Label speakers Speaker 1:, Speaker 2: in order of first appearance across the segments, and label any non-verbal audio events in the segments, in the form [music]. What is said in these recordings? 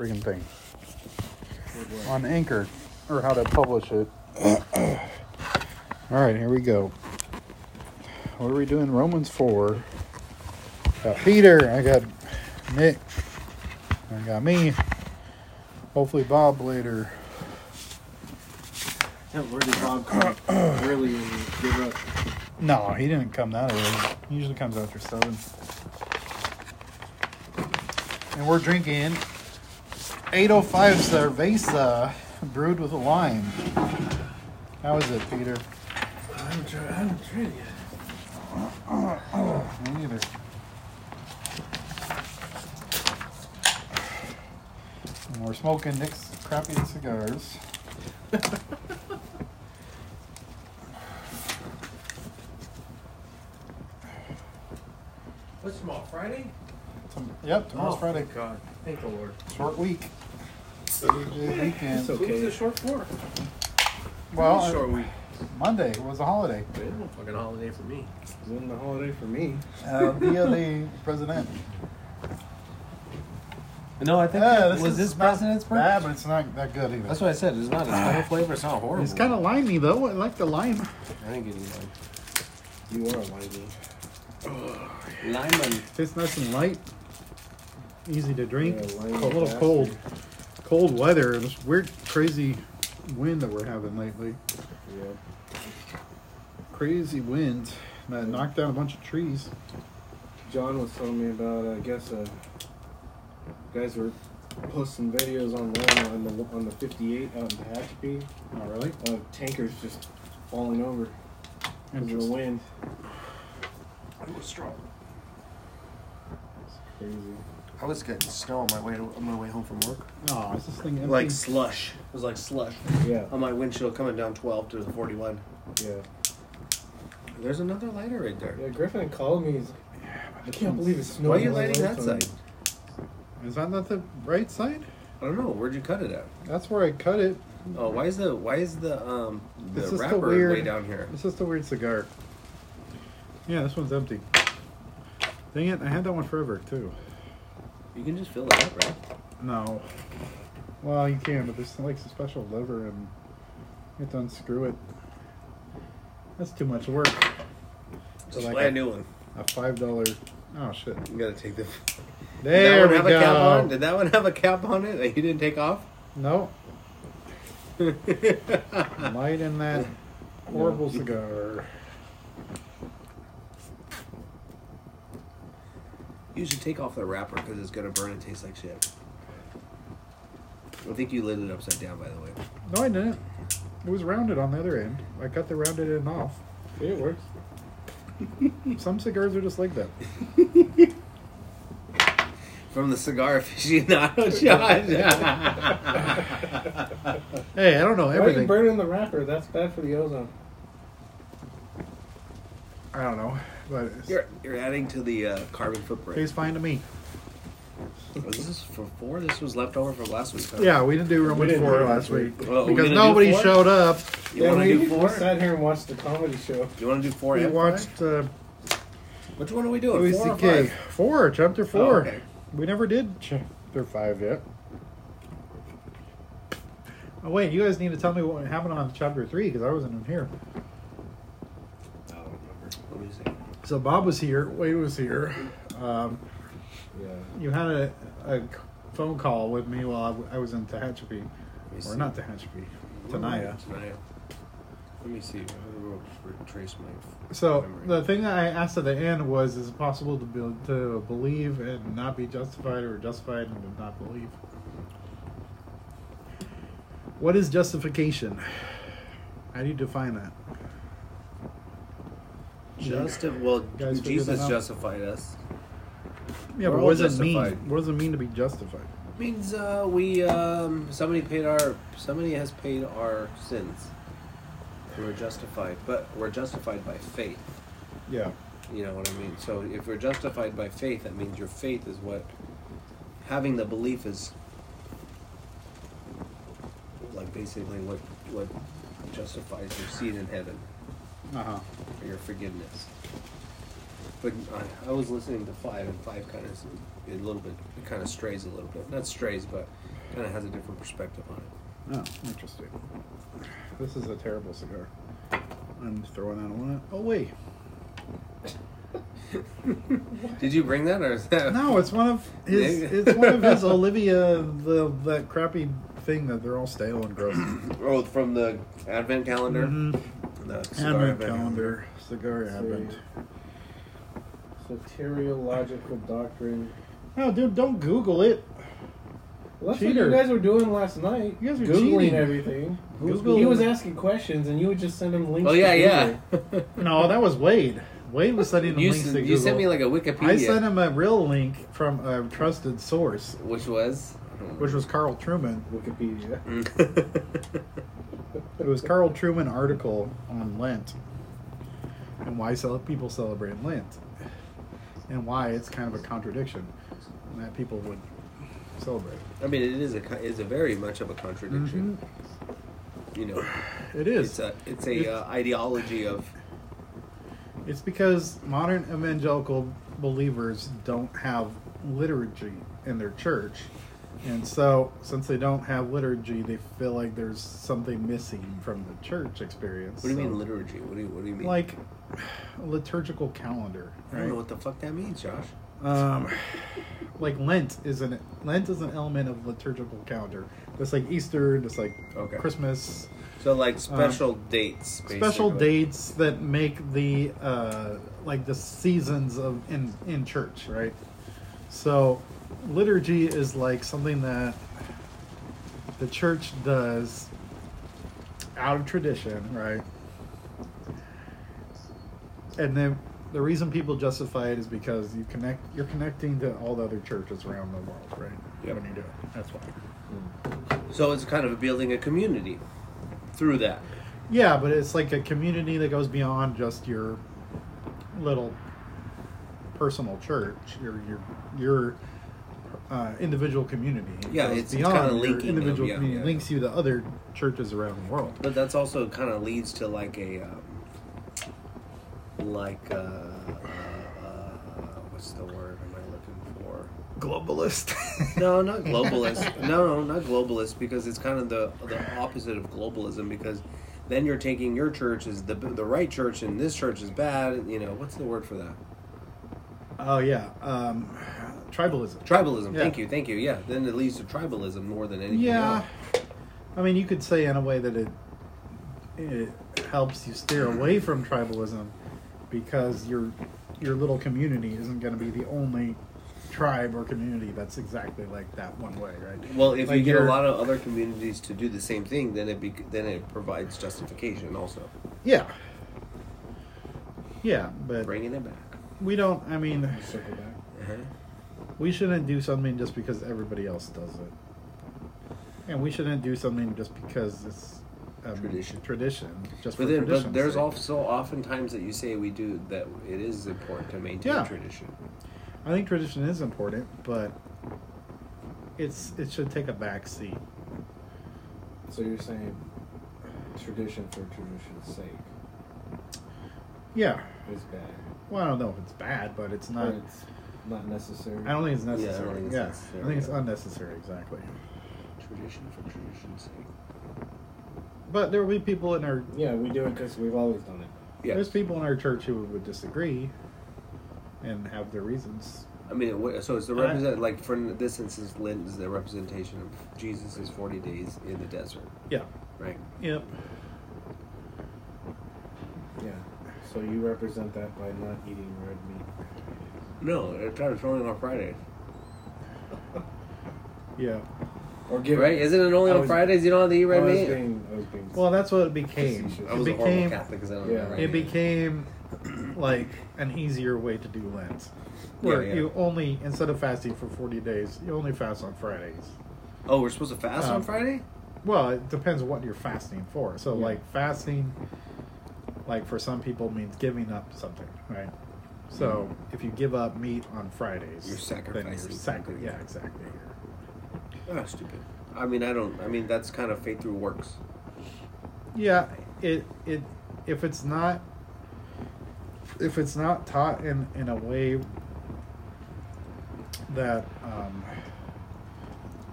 Speaker 1: freaking thing on Anchor or how to publish it. All right, here we go. What are we doing? Romans 4. Got Peter, I got Nick, I got me. Hopefully, Bob later.
Speaker 2: Yeah, where did Bob come
Speaker 3: [clears throat]
Speaker 2: early and give up?
Speaker 1: No, he didn't come that early. He usually comes after 7. And we're drinking 805 Cerveza brewed with lime. How is it, Peter?
Speaker 2: I haven't tried, I haven't tried it yet.
Speaker 1: Me neither. And we're smoking Nick's crappy cigars.
Speaker 2: What's tomorrow, Friday?
Speaker 1: Tom- yep, tomorrow's
Speaker 3: Oh.
Speaker 2: Oh.
Speaker 1: Friday.
Speaker 2: God. Thank the Lord.
Speaker 1: Short week. Good weekend.
Speaker 2: It's okay. a short four.
Speaker 3: Oh,
Speaker 1: well,
Speaker 2: It's a short week.
Speaker 1: Monday was a holiday.
Speaker 2: It ain't no fucking holiday for me.
Speaker 3: It wasn't a holiday for me.
Speaker 1: Uh, Dia de President.
Speaker 3: No, I think
Speaker 1: Yeah,
Speaker 3: was
Speaker 1: is
Speaker 3: this
Speaker 1: not
Speaker 3: president's
Speaker 1: bad,
Speaker 3: birthday.
Speaker 1: but it's not that good either.
Speaker 3: That's what I said. It's not. It's kind of flavor. It's not horrible.
Speaker 4: It's kind of limey though. I like the lime.
Speaker 3: I think it is. Like, you are limey. Lemon.
Speaker 4: Tastes nice and light. Easy to drink.
Speaker 3: Yeah, lime
Speaker 4: a little
Speaker 3: bastard.
Speaker 4: cold. Cold weather and this weird, crazy wind that we're having lately.
Speaker 3: Yeah.
Speaker 4: Crazy wind that knocked down a bunch of trees.
Speaker 3: John was telling me about. I guess uh, guys were posting videos online on the on the 58 out in Tehachapi
Speaker 4: Oh, really?
Speaker 3: of tankers just falling over because of the
Speaker 4: Interesting.
Speaker 3: wind.
Speaker 2: It was strong.
Speaker 3: It's crazy.
Speaker 2: I was getting snow on my way on my way home from work.
Speaker 4: Oh, is this thing empty?
Speaker 2: Like slush. It was like slush
Speaker 3: Yeah.
Speaker 2: on my windshield coming down 12 to the 41.
Speaker 3: Yeah.
Speaker 2: There's another lighter right there.
Speaker 3: Yeah, Griffin called me. He's like, I can't believe it's snowing.
Speaker 2: Why are you
Speaker 3: on my
Speaker 2: lighting that
Speaker 3: lifetime."
Speaker 2: side?
Speaker 4: is that not the right side?
Speaker 2: I don't know. Where'd you cut it at?
Speaker 4: That's where I cut it.
Speaker 2: Oh, why is the why is the um the
Speaker 4: It's just a
Speaker 2: wrapper way
Speaker 4: weird-
Speaker 2: down here?
Speaker 4: It's just a weird cigar. Yeah, this one's empty. Dang it! I had that one forever too.
Speaker 2: You can just fill it up, right?
Speaker 4: No. Well, you can, but there's like a special lever, and you have to unscrew it. That's too much work.
Speaker 2: Just
Speaker 4: like
Speaker 2: buy
Speaker 4: a-
Speaker 2: a new one.
Speaker 4: A five dollar. Oh shit!
Speaker 2: You gotta take the.
Speaker 4: There
Speaker 2: Did that one have
Speaker 4: we
Speaker 2: a cap
Speaker 4: go.
Speaker 2: on? Did that one have a cap on it that you didn't take off? [laughs]
Speaker 4: No, light in
Speaker 2: [laughs]
Speaker 4: that horrible cigar.
Speaker 2: you should take off the wrapper because it's gonna burn and taste like shit. I think you lit it upside down, by the way.
Speaker 4: No, I didn't. It was rounded on the other end. I cut the rounded end off.
Speaker 3: Yeah, it works.
Speaker 4: Some cigars are just like that.
Speaker 2: From the
Speaker 4: [laughs]
Speaker 2: cigar [laughs] aficionado, Josh.
Speaker 4: Hey, I don't know
Speaker 3: Why are you
Speaker 4: everything.
Speaker 3: burning the wrapper? That's bad for the ozone.
Speaker 4: I don't know, but it's,
Speaker 2: you're, you're adding to the uh, carbon footprint.
Speaker 4: tastes fine to me.
Speaker 2: Was this for four? This was left over from last week. Huh?
Speaker 4: Yeah, we didn't do room
Speaker 3: We didn't
Speaker 4: four
Speaker 3: do room
Speaker 4: last
Speaker 3: four.
Speaker 4: week
Speaker 2: Well, are we
Speaker 4: because
Speaker 2: gonna do
Speaker 4: nobody
Speaker 2: four?
Speaker 4: showed up.
Speaker 2: You
Speaker 3: yeah,
Speaker 2: want
Speaker 3: we,
Speaker 2: to do
Speaker 3: we
Speaker 2: four?
Speaker 3: sat here and watched the comedy show.
Speaker 2: You want to do four?
Speaker 4: We
Speaker 2: and
Speaker 4: watched uh,
Speaker 2: five? Which one are we doing?
Speaker 4: Louis
Speaker 2: four or
Speaker 4: C.K.
Speaker 2: five?
Speaker 4: Four, chapter
Speaker 2: Oh,
Speaker 4: four.
Speaker 2: okay.
Speaker 4: We never did chapter five yet. Oh wait, you guys need to tell me what happened on chapter three because I wasn't in here.
Speaker 2: I don't remember. Let me see.
Speaker 4: So Bob was here, Wade was here. Um,
Speaker 3: Yeah.
Speaker 4: you had a, a c- phone call with me while I w- I, was in Tehachapi,
Speaker 2: me see.
Speaker 4: or not Tehachapi, Tenaya.
Speaker 2: Tenaya. Let me see. I will retrace my.
Speaker 4: So
Speaker 2: memory.
Speaker 4: the thing that I asked at the end was, is it possible to be, to believe and not be justified, or justified and not believe? What is justification? How do you define that?
Speaker 2: Justi- well,
Speaker 4: Guys, figure
Speaker 2: Jesus
Speaker 4: that out.
Speaker 2: justified us.
Speaker 4: Yeah,
Speaker 2: We're
Speaker 4: but
Speaker 2: all
Speaker 4: what does it
Speaker 2: justified.
Speaker 4: mean? What does it mean to be justified?
Speaker 2: Means uh, we um, somebody paid our somebody has paid our sins. We were justified, but we're justified by faith.
Speaker 4: Yeah.
Speaker 2: You know what I mean? So if you're justified by faith, that means your faith is what having the belief is like basically what what justifies your seat in heaven
Speaker 4: Uh huh.
Speaker 2: or your forgiveness. But I, I was listening to five and five kind of a little bit it kind of strays a little bit. Not strays, but kind of has a different perspective on it.
Speaker 4: Oh, interesting. This is a terrible cigar. I'm throwing out a lot. Oh [laughs] wait,
Speaker 2: Did you bring that or is that?
Speaker 4: no, it's one of his.
Speaker 2: Yeah.
Speaker 4: It's one of [laughs] his Olivia the that crappy thing that they're all stale and gross.
Speaker 2: Oh, from the advent calendar.
Speaker 4: Mhm.
Speaker 2: The cigar
Speaker 4: Advent calendar, cigar
Speaker 3: Let's see.
Speaker 4: advent.
Speaker 3: Soteriological doctrine.
Speaker 4: No, dude, don't Google it.
Speaker 3: Well, that's
Speaker 4: Cheater.
Speaker 3: what you guys were doing last night.
Speaker 4: You guys were
Speaker 3: googling
Speaker 4: cheating.
Speaker 3: everything.
Speaker 4: Google-
Speaker 3: He was asking questions, and you would just send him links.
Speaker 2: Oh
Speaker 3: to
Speaker 2: yeah,
Speaker 4: [laughs]
Speaker 3: Google.
Speaker 2: yeah.
Speaker 4: No, that was Wade. Wade was sending him
Speaker 2: you
Speaker 4: links
Speaker 2: sen-
Speaker 4: to
Speaker 2: you
Speaker 4: Google.
Speaker 2: sent me like a Wikipedia,
Speaker 4: I sent him a real link from a trusted source,
Speaker 2: which was.
Speaker 4: which was Carl Truman.
Speaker 3: Wikipedia.
Speaker 4: It was Carl Truman article on Lent and why cel- people celebrate Lent and why it's kind of a contradiction that people would celebrate.
Speaker 2: [laughs] I mean, it is a co- is a very much of a contradiction. You know,
Speaker 4: Mm-hmm. It is.
Speaker 2: it's a it's a uh, ideology of
Speaker 4: It's because modern evangelical believers don't have liturgy in their church. And so, since they don't have liturgy, they feel like there's something missing from the church experience.
Speaker 2: what do you
Speaker 4: So,
Speaker 2: mean liturgy? What do you what do you mean?
Speaker 4: Like [sighs] a liturgical calendar,
Speaker 2: I don't know
Speaker 4: right?
Speaker 2: what the fuck that means, Josh.
Speaker 4: Um, [sighs] like Lent is an Lent is an element of liturgical calendar. That's like Easter, that's like
Speaker 2: Okay.
Speaker 4: Christmas,
Speaker 2: So like special dates,
Speaker 4: Uh, special
Speaker 2: basically.
Speaker 4: dates that make the uh, like the seasons of in in church, right? So liturgy is like something that the church does out of tradition, right? And then the reason people justify it is because you connect you're connecting to all the other churches around the world, right?
Speaker 2: Yep.
Speaker 4: When you do it. That's why.
Speaker 3: Hmm.
Speaker 2: So it's kind of building a community through that.
Speaker 4: Yeah, but it's like a community that goes beyond just your little personal church, your your your uh, individual community. It
Speaker 2: Yeah,
Speaker 4: goes
Speaker 2: it's- it's
Speaker 4: beyond
Speaker 2: kinda
Speaker 4: your
Speaker 2: linking them,
Speaker 4: individual
Speaker 2: yeah,
Speaker 4: community.
Speaker 2: yeah.
Speaker 4: links you to other churches around the world.
Speaker 2: But that's also kind of leads to like a, um, like uh, uh, uh, what's the word am I looking for?
Speaker 4: Globalist.
Speaker 2: No, not globalist. no, no, not globalist because it's kind of the the opposite of globalism because then you're taking your church is the the right church and this church is bad. You know what's the word for that?
Speaker 4: [laughs] oh yeah, um, tribalism.
Speaker 2: Tribalism.
Speaker 4: Yeah.
Speaker 2: Thank you, thank you. Yeah, then it leads to tribalism more than anything.
Speaker 4: Yeah,
Speaker 2: else.
Speaker 4: I mean, you could say in a way that it it helps you steer
Speaker 2: [clears throat]
Speaker 4: away from tribalism because your your little community isn't going to be the only tribe or community that's exactly like that one way, right?
Speaker 2: Well, if
Speaker 4: Like
Speaker 2: you get a
Speaker 4: your-
Speaker 2: lot of other communities to do the same thing, then it be, then it provides justification also.
Speaker 4: Yeah, yeah, but
Speaker 2: Bringing it back.
Speaker 4: we don't. I mean,
Speaker 3: Circle back.
Speaker 2: Uh-huh.
Speaker 4: we shouldn't do something just because everybody else does it, and we shouldn't do something just because it's. Um,
Speaker 2: Tradition.
Speaker 4: tradition, just for
Speaker 2: But then, but
Speaker 4: tradition's
Speaker 2: there's
Speaker 4: sake.
Speaker 2: also often times that you say we do that it is important to maintain
Speaker 4: Yeah.
Speaker 2: tradition.
Speaker 4: I think tradition is important, but it's it should take a back seat.
Speaker 3: So you're saying tradition for tradition's sake
Speaker 4: Yeah.
Speaker 3: is bad.
Speaker 4: Well, I don't know if it's bad, but it's not.
Speaker 3: But it's not necessary.
Speaker 4: I don't think it's
Speaker 2: Yeah, I don't
Speaker 4: necessary. Yeah, I, think
Speaker 2: think it's
Speaker 4: it's,
Speaker 2: necessary,
Speaker 4: I think it's
Speaker 2: yeah.
Speaker 4: unnecessary. Exactly.
Speaker 2: Tradition for tradition's sake.
Speaker 4: But there will be people in our
Speaker 3: Yeah, we do it because we've always done it.
Speaker 2: Yeah,
Speaker 4: there's people in our church who would disagree, and have their reasons.
Speaker 2: I mean, it wa- so it's the
Speaker 4: And I-
Speaker 2: represent like for this instance, Lent is the representation of Jesus' forty days in the desert,
Speaker 4: Yeah.
Speaker 2: right?
Speaker 4: Yep.
Speaker 3: Yeah. So you represent that by not eating red meat.
Speaker 2: No, it started only on Fridays,
Speaker 4: Yeah.
Speaker 3: Or give
Speaker 2: right? Isn't it only
Speaker 3: I
Speaker 2: on
Speaker 3: was-
Speaker 2: Fridays you don't have to eat red
Speaker 3: I was
Speaker 2: meat?
Speaker 3: being- I was being-
Speaker 4: Well, that's what it became.
Speaker 3: I
Speaker 2: I
Speaker 4: It
Speaker 2: was a horrible
Speaker 4: became.
Speaker 2: Catholic because I don't
Speaker 3: Yeah.
Speaker 2: know.
Speaker 4: It became [clears throat] like an easier way to do Lent, where
Speaker 2: Yeah, yeah.
Speaker 4: you only instead of fasting for forty days, you only fast on Fridays.
Speaker 2: Oh, we're supposed to fast on
Speaker 4: Um,
Speaker 2: Friday?
Speaker 4: Well, it depends what you're fasting for. So,
Speaker 3: Yeah.
Speaker 4: like fasting, like for some people means giving up something, right? So, if you give up meat on Fridays,
Speaker 2: Mm-hmm.
Speaker 4: Then
Speaker 2: You're sacrificing
Speaker 4: you're
Speaker 2: something.
Speaker 4: sacri- yeah, exactly.
Speaker 2: Oh, stupid. I mean, I don't. I mean, that's kind of faith through works.
Speaker 4: Yeah, it it if it's not if it's not taught in in a way that um,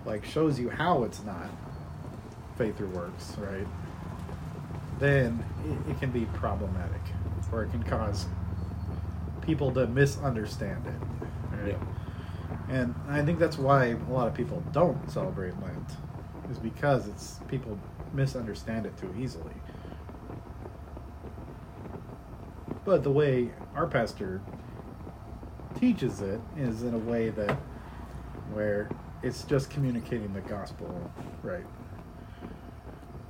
Speaker 4: like shows you how it's not faith or works, right? Then it, it can be problematic, or it can cause people to misunderstand it. Right? And I think that's why a lot of people don't celebrate Lent, is because it's people misunderstand it too easily. But the way our pastor teaches it is in a way that where it's just communicating the gospel, right?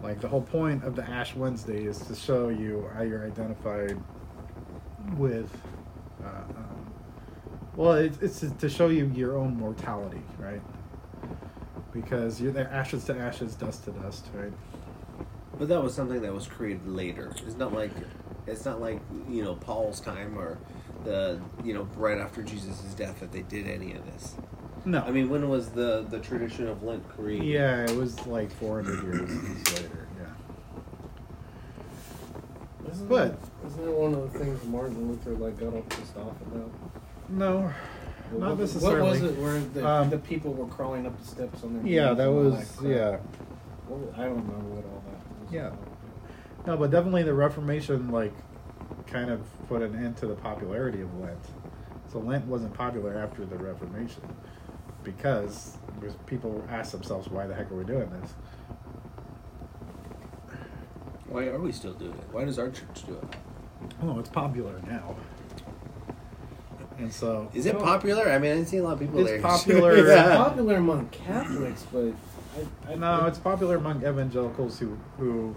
Speaker 4: Like the whole point of the Ash Wednesday is to show you how you're identified with. Uh, um, well, it's, it's to- to show you your own mortality, right? Because you're the ashes to ashes, dust to dust, right?
Speaker 2: But that was something that was created later. It's not like it's not like you know Paul's time or the you know right after Jesus' death that they did any of this.
Speaker 4: No,
Speaker 2: I mean, when was the the tradition of Lent created?
Speaker 4: Yeah, it was like 400 years later. Yeah.
Speaker 3: Isn't
Speaker 4: But-
Speaker 3: that- isn't that one of the things Martin Luther like got all pissed off about?
Speaker 4: No,
Speaker 3: What-
Speaker 4: not
Speaker 3: what,
Speaker 4: necessarily.
Speaker 3: What was it where the,
Speaker 4: Um,
Speaker 3: the people were crawling up the steps on their
Speaker 4: Yeah,
Speaker 3: knees
Speaker 4: that
Speaker 3: and all
Speaker 4: was
Speaker 3: crap?
Speaker 4: yeah.
Speaker 3: What was- I don't remember what all that was.
Speaker 4: Yeah.
Speaker 3: about.
Speaker 4: No, but definitely the Reformation like kind of put an end to the popularity of Lent. So Lent wasn't popular after the Reformation because there's- people asked themselves why the heck are we doing this?
Speaker 2: Why are we still doing it? Why does our church do it?
Speaker 4: Oh, it's popular now. And so
Speaker 2: Is it popular? I mean, I didn't see a lot of people
Speaker 4: It's
Speaker 2: there. [laughs]
Speaker 4: popular.
Speaker 3: It's
Speaker 2: Yeah.
Speaker 3: popular among Catholics, but I, I
Speaker 4: uh, No, uh, it's popular among evangelicals who who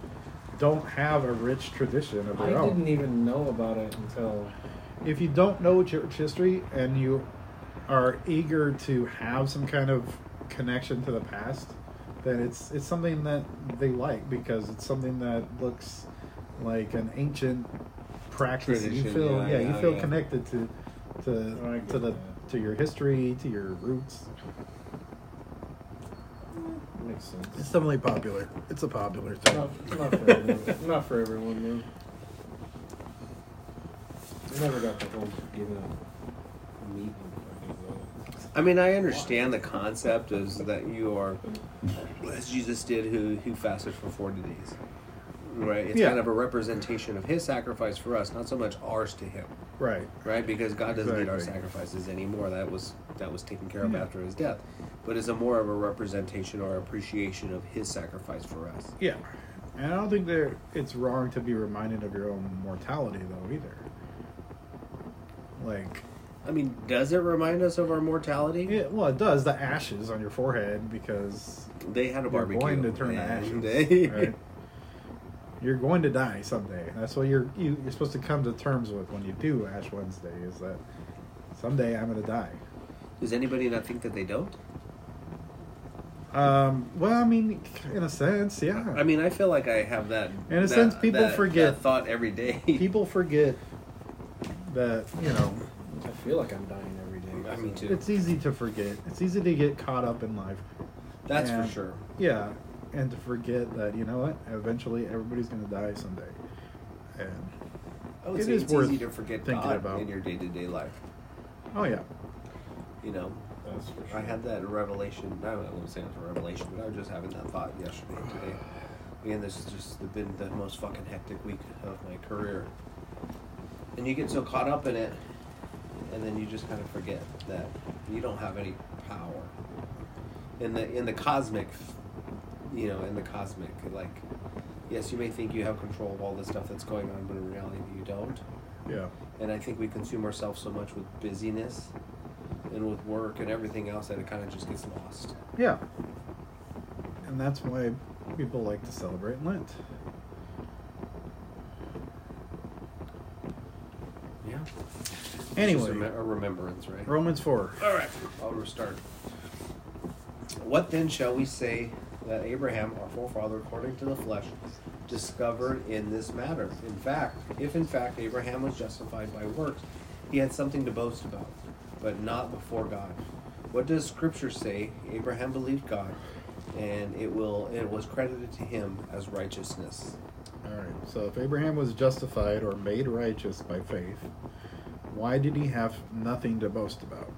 Speaker 4: don't have a rich tradition of
Speaker 3: I
Speaker 4: their
Speaker 3: didn't
Speaker 4: own.
Speaker 3: even know about it until
Speaker 4: If you don't know church history and you are eager to have some kind of connection to the past, then it's it's something that they like because it's something that looks like an ancient practice. and you
Speaker 2: Tradition,
Speaker 4: feel
Speaker 2: yeah,
Speaker 4: yeah,
Speaker 2: yeah,
Speaker 4: you feel
Speaker 2: yeah.
Speaker 4: connected to to
Speaker 3: I get
Speaker 4: to the
Speaker 3: that.
Speaker 4: to your history, to your roots.
Speaker 3: it makes sense.
Speaker 4: It's definitely popular. It's a popular thing.
Speaker 3: Not, not, for everyone, not for everyone, though. I never got the whole giving up meat and fucking though.
Speaker 2: I mean, I understand the concept is that you are, as Jesus did, who who fasted for forty days, right? It's
Speaker 4: Yeah.
Speaker 2: kind of a representation of His sacrifice for us, not so much ours to Him,
Speaker 4: Right.
Speaker 2: right? Because God doesn't need our
Speaker 4: Exactly.
Speaker 2: sacrifices anymore. That was that was taken care of
Speaker 4: Yeah.
Speaker 2: after His death, but it's a more of a representation or appreciation of His sacrifice for us.
Speaker 4: Yeah, and I don't think there it's wrong to be reminded of your own mortality though either. Like,
Speaker 2: I mean, does it remind us of our mortality?
Speaker 4: it, well, it does the ashes on your forehead because
Speaker 2: They had a
Speaker 4: you're
Speaker 2: barbecue.
Speaker 4: going to turn to ashes.
Speaker 2: [laughs] and they-
Speaker 4: right? You're going to die someday. That's what you're you, you're supposed to come to terms with when you do Ash Wednesday is that someday I'm going to die.
Speaker 2: Does anybody not think that they don't?
Speaker 4: Um, well, I mean, in a sense, yeah.
Speaker 2: I mean, I feel like I have that.
Speaker 4: In a
Speaker 2: that-
Speaker 4: sense, people
Speaker 2: that-
Speaker 4: forget.
Speaker 2: that thought every day. [laughs]
Speaker 4: people forget that you know
Speaker 3: I feel like I'm dying every day.
Speaker 2: I mean, too.
Speaker 4: It's easy to forget. It's easy to get caught up in life.
Speaker 2: That's
Speaker 4: Yeah.
Speaker 2: for sure.
Speaker 4: Yeah, and to forget that you know what? Eventually, everybody's gonna die someday. And
Speaker 2: I would
Speaker 4: It
Speaker 2: say
Speaker 4: is
Speaker 2: it's
Speaker 4: worth
Speaker 2: easy to forget
Speaker 4: thinking
Speaker 2: God
Speaker 4: about.
Speaker 2: in your day to day life.
Speaker 4: oh yeah,
Speaker 2: You know,
Speaker 3: That's for sure.
Speaker 2: I had that revelation. I wouldn't say it was a revelation, but I was just having that thought yesterday and today. Man, this has just been the most fucking hectic week of my career. And you get so caught up in it, and then you just kind of forget that you don't have any power in the in the cosmic, you know, in the cosmic. Like, yes, you may think you have control of all the stuff that's going on, but in reality, you don't
Speaker 4: yeah,
Speaker 2: and I think we consume ourselves so much with busyness and with work and everything else that it kind of just gets lost.
Speaker 4: yeah. And that's why people like to celebrate Lent.
Speaker 2: Yeah.
Speaker 4: Anyway,
Speaker 2: a, me- a remembrance, right?
Speaker 4: Romans four.
Speaker 2: All right, I'll restart. What then shall we say that Abraham, our forefather, according to the flesh, discovered in this matter? In fact, if in fact Abraham was justified by works, he had something to boast about, but not before God. What does Scripture say? Abraham believed God, and it will it was credited to him as righteousness.
Speaker 4: All right. So if Abraham was justified or made righteous by faith, why did he have nothing to boast about?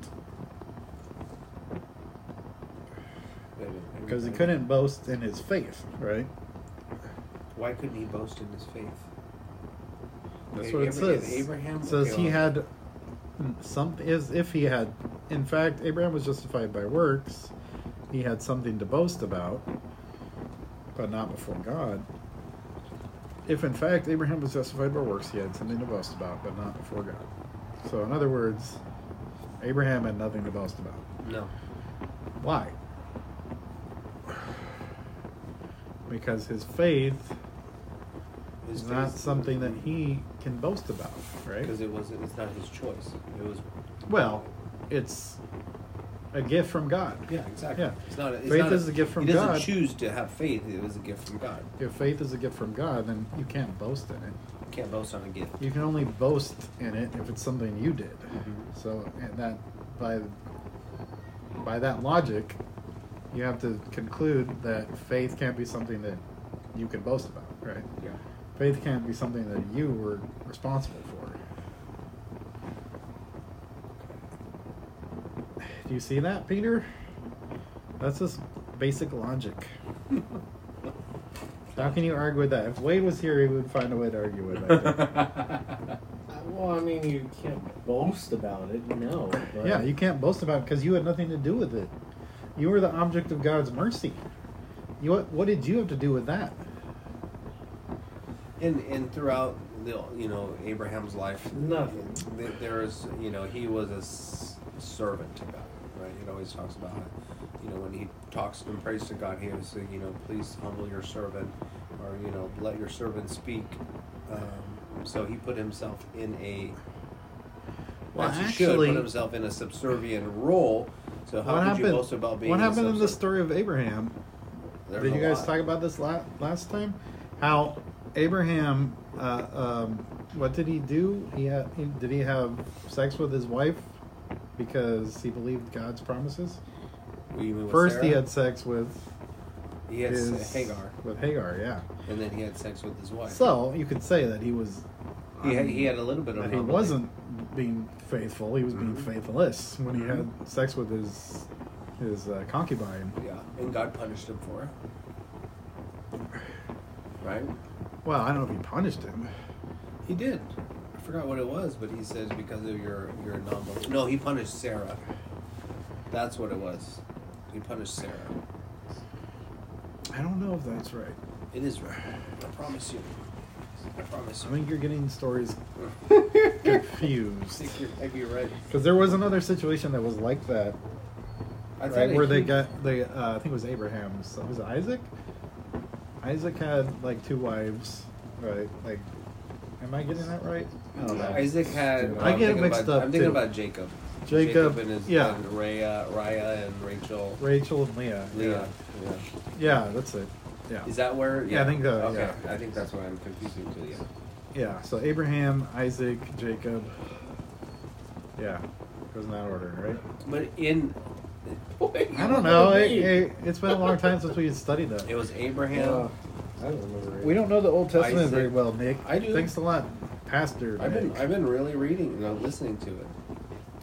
Speaker 2: Wait a minute,
Speaker 4: because he couldn't boast in his faith, right?
Speaker 2: Why couldn't he boast in his faith?
Speaker 4: That's
Speaker 2: Okay,
Speaker 4: what it
Speaker 2: Abra-
Speaker 4: says.
Speaker 2: Abraham
Speaker 4: It says
Speaker 2: okay,
Speaker 4: he
Speaker 2: well,
Speaker 4: had something as if he had. In fact, Abraham was justified by works. He had something to boast about, but not before God. If in fact Abraham was justified by works, he had something to boast about, but not before God. So, in other words, Abraham had nothing to boast about.
Speaker 2: no.
Speaker 4: Why? Because his faith
Speaker 2: His
Speaker 4: is not
Speaker 2: faith-
Speaker 4: something that he can boast about, right?
Speaker 2: because it wasn't. It's not his choice. It was.
Speaker 4: Well, it's a gift from God.
Speaker 2: Yeah, exactly.
Speaker 4: Yeah.
Speaker 2: It's not. A, it's
Speaker 4: Faith
Speaker 2: not
Speaker 4: is a gift from
Speaker 2: He
Speaker 4: God.
Speaker 2: doesn't choose to have faith. It was a gift from God.
Speaker 4: If faith is a gift from God, then you can't boast in it.
Speaker 2: You can't boast on a gift.
Speaker 4: You can only boast in it if it's something you did.
Speaker 2: Mhm.
Speaker 4: So and that by by that logic, you have to conclude that faith can't be something that you can boast about, right?
Speaker 2: Yeah.
Speaker 4: Faith can't be something that you were responsible for. Do you see that, Peter? That's just basic logic.
Speaker 2: [laughs]
Speaker 4: How can you argue with that? If Wade was here, he would find a way to argue with [laughs] that.
Speaker 3: Uh, Well, I mean, you can't boast about it, no. But
Speaker 4: yeah,
Speaker 3: [laughs]
Speaker 4: you can't boast about it because you had nothing to do with it. You were the object of God's mercy. You what, what did you have to do with that?
Speaker 2: And and throughout the you know Abraham's life,
Speaker 3: Nothing.
Speaker 2: th- There is you know he was a s- servant to God, right? It always talks about how, you know when he talks and prays to God, he always say you know please humble your servant, or you know let your servant speak. Um, so he put himself in a
Speaker 4: Well,
Speaker 2: as he should
Speaker 4: actually-
Speaker 2: put himself in a subservient role. So how
Speaker 4: what
Speaker 2: could
Speaker 4: happened?
Speaker 2: you boast about being?
Speaker 4: what happened in the
Speaker 2: subservient-
Speaker 4: story of Abraham?
Speaker 2: There's
Speaker 4: Did
Speaker 2: a
Speaker 4: you guys
Speaker 2: lot.
Speaker 4: talk about this last, last time? How Abraham, uh, um, what did he do? He, had, he did he have sex with his wife because he believed God's promises?
Speaker 2: Well, you mean with
Speaker 4: First, he
Speaker 2: Sarah?
Speaker 4: had sex with
Speaker 2: he had
Speaker 4: his-
Speaker 2: Hagar,
Speaker 4: With Hagar, yeah.
Speaker 2: and then he had sex with his wife.
Speaker 4: So you could say that he was.
Speaker 2: He had, he had a little bit of
Speaker 4: That Um, he
Speaker 2: anomaly.
Speaker 4: wasn't being faithful. He was being
Speaker 2: Mhm.
Speaker 4: faithless when he had
Speaker 2: Mhm.
Speaker 4: sex with his his uh, concubine.
Speaker 2: Yeah, and God punished him for it. Right?
Speaker 4: Well, I don't know if he punished him.
Speaker 2: He did. I forgot what it was, but he says because of your your non No, he punished Sarah. That's what it was. He punished Sarah.
Speaker 4: I don't know if that's right.
Speaker 2: It is right. I promise you. I promise
Speaker 4: I
Speaker 2: you.
Speaker 4: think you're getting [laughs] stories
Speaker 2: I
Speaker 4: confused.
Speaker 2: think you're, I think you're right.
Speaker 4: Because there was another situation that was like that,
Speaker 2: I thought
Speaker 4: right?
Speaker 2: it-
Speaker 4: Where they
Speaker 2: he-
Speaker 4: got they, uh, I think it was Abraham's. son- Was it Isaac? Isaac had like two wives, right? Like, am I getting that right? I don't know.
Speaker 2: Isaac had.
Speaker 4: I
Speaker 2: I'm
Speaker 4: get it
Speaker 2: thinking
Speaker 4: mixed
Speaker 2: about,
Speaker 4: up,
Speaker 2: I'm thinking
Speaker 4: too.
Speaker 2: about Jacob.
Speaker 4: Jacob,
Speaker 2: and his
Speaker 4: yeah.
Speaker 2: and Raya, Raya and Rachel.
Speaker 4: Rachel and Leah.
Speaker 2: Leah. Yeah.
Speaker 4: Yeah, yeah that's it. Yeah.
Speaker 2: Is that where?
Speaker 4: Yeah, I think that-
Speaker 2: Okay,
Speaker 4: yeah.
Speaker 2: I think that's why I'm confusing too. Yeah.
Speaker 4: Yeah. So Abraham, Isaac, Jacob. Yeah, goes in that order, right?
Speaker 2: But in
Speaker 4: I don't know. It, it, it's been a long time since we studied that.
Speaker 2: it was
Speaker 3: Uh,
Speaker 2: Abraham.
Speaker 3: I don't remember. it.
Speaker 4: We don't know the Old Testament
Speaker 2: Isaac.
Speaker 4: very well, Nick.
Speaker 2: I do.
Speaker 4: Thanks a lot, Pastor.
Speaker 2: I've been
Speaker 4: Nick.
Speaker 2: I've been really reading and I'm listening to it.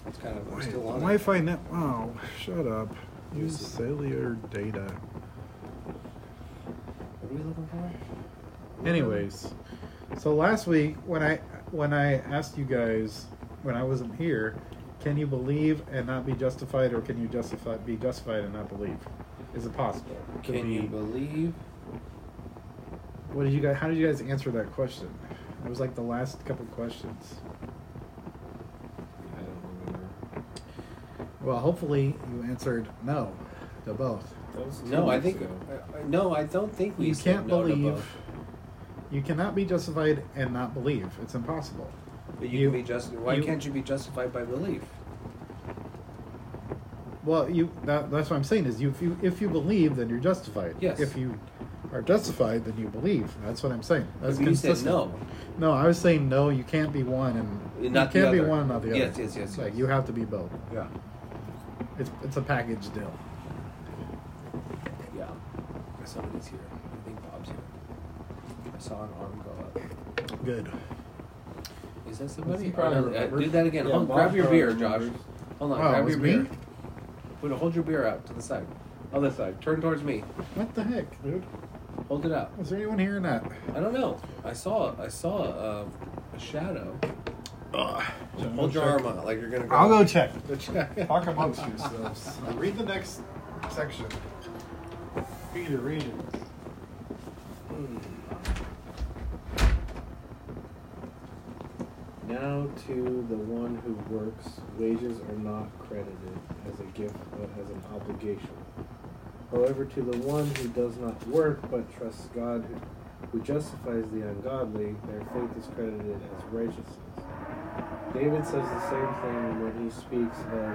Speaker 2: It's kind of I'm
Speaker 4: Wait,
Speaker 2: still on. it.
Speaker 4: Wi-Fi net. Oh, shut up. Use
Speaker 2: Use it.
Speaker 4: cellular data.
Speaker 2: What are we looking for?
Speaker 4: Anyways, so last week when I when I asked you guys when I wasn't here, can you believe and not be justified, or can you justify be justified and not believe? Is it possible? to
Speaker 2: Can
Speaker 4: be-
Speaker 2: you believe?
Speaker 4: What did you guys? How did you guys answer that question? It was like the last couple questions.
Speaker 3: I don't remember.
Speaker 4: Well, hopefully you answered no to both.
Speaker 3: That was two
Speaker 2: No, I
Speaker 3: weeks
Speaker 2: think
Speaker 3: ago.
Speaker 2: I- I- no, I don't think we
Speaker 4: you
Speaker 2: said
Speaker 4: can't
Speaker 2: no to
Speaker 4: believe.
Speaker 2: both.
Speaker 4: You cannot be justified and not believe. It's impossible.
Speaker 2: But you,
Speaker 4: you-
Speaker 2: can be just. Why
Speaker 4: you-
Speaker 2: can't you be justified by belief?
Speaker 4: Well, you that, that's what I'm saying is you if you if you believe then you're justified.
Speaker 2: Yes.
Speaker 4: If you are justified then you believe. That's what I'm saying. That's
Speaker 2: But you said
Speaker 4: consistent.
Speaker 2: no.
Speaker 4: No, I was saying no. You can't be one and
Speaker 2: Not
Speaker 4: you
Speaker 2: the
Speaker 4: can't be
Speaker 2: other.
Speaker 4: one and not the other.
Speaker 2: Yes, yes, yes,
Speaker 4: Like
Speaker 2: yes.
Speaker 4: you have to be both.
Speaker 2: Yeah.
Speaker 4: It's it's a package deal.
Speaker 2: Yeah. Somebody's here. I think Bob's here. I saw an arm go up.
Speaker 4: Good.
Speaker 2: Is that somebody?
Speaker 3: He probably
Speaker 2: Uh,
Speaker 3: remembers.
Speaker 2: do that again.
Speaker 3: Yeah,
Speaker 2: Hold-
Speaker 3: Bob
Speaker 2: grab your
Speaker 3: probably
Speaker 2: beer, Josh.
Speaker 3: remembers.
Speaker 2: Hold on.
Speaker 4: Oh, it
Speaker 2: grab
Speaker 4: was
Speaker 2: your
Speaker 4: me?
Speaker 2: beer. Put hold your beer out to the side. Other side. Turn towards me.
Speaker 1: What the heck, dude?
Speaker 2: Hold it up.
Speaker 1: Is there anyone here or not?
Speaker 2: I don't know. I saw. I saw a, a shadow. Hold your arm out like you're gonna. Go
Speaker 4: I'll go check.
Speaker 1: Check.
Speaker 4: [laughs] Talk amongst yourselves. Read the next section. Peter, read it.
Speaker 3: Now to the one who works, wages are not credited as a gift but as an obligation. However, to the one who does not work but trusts God who- who justifies the ungodly, their faith is credited as righteousness. David says the same thing when he speaks of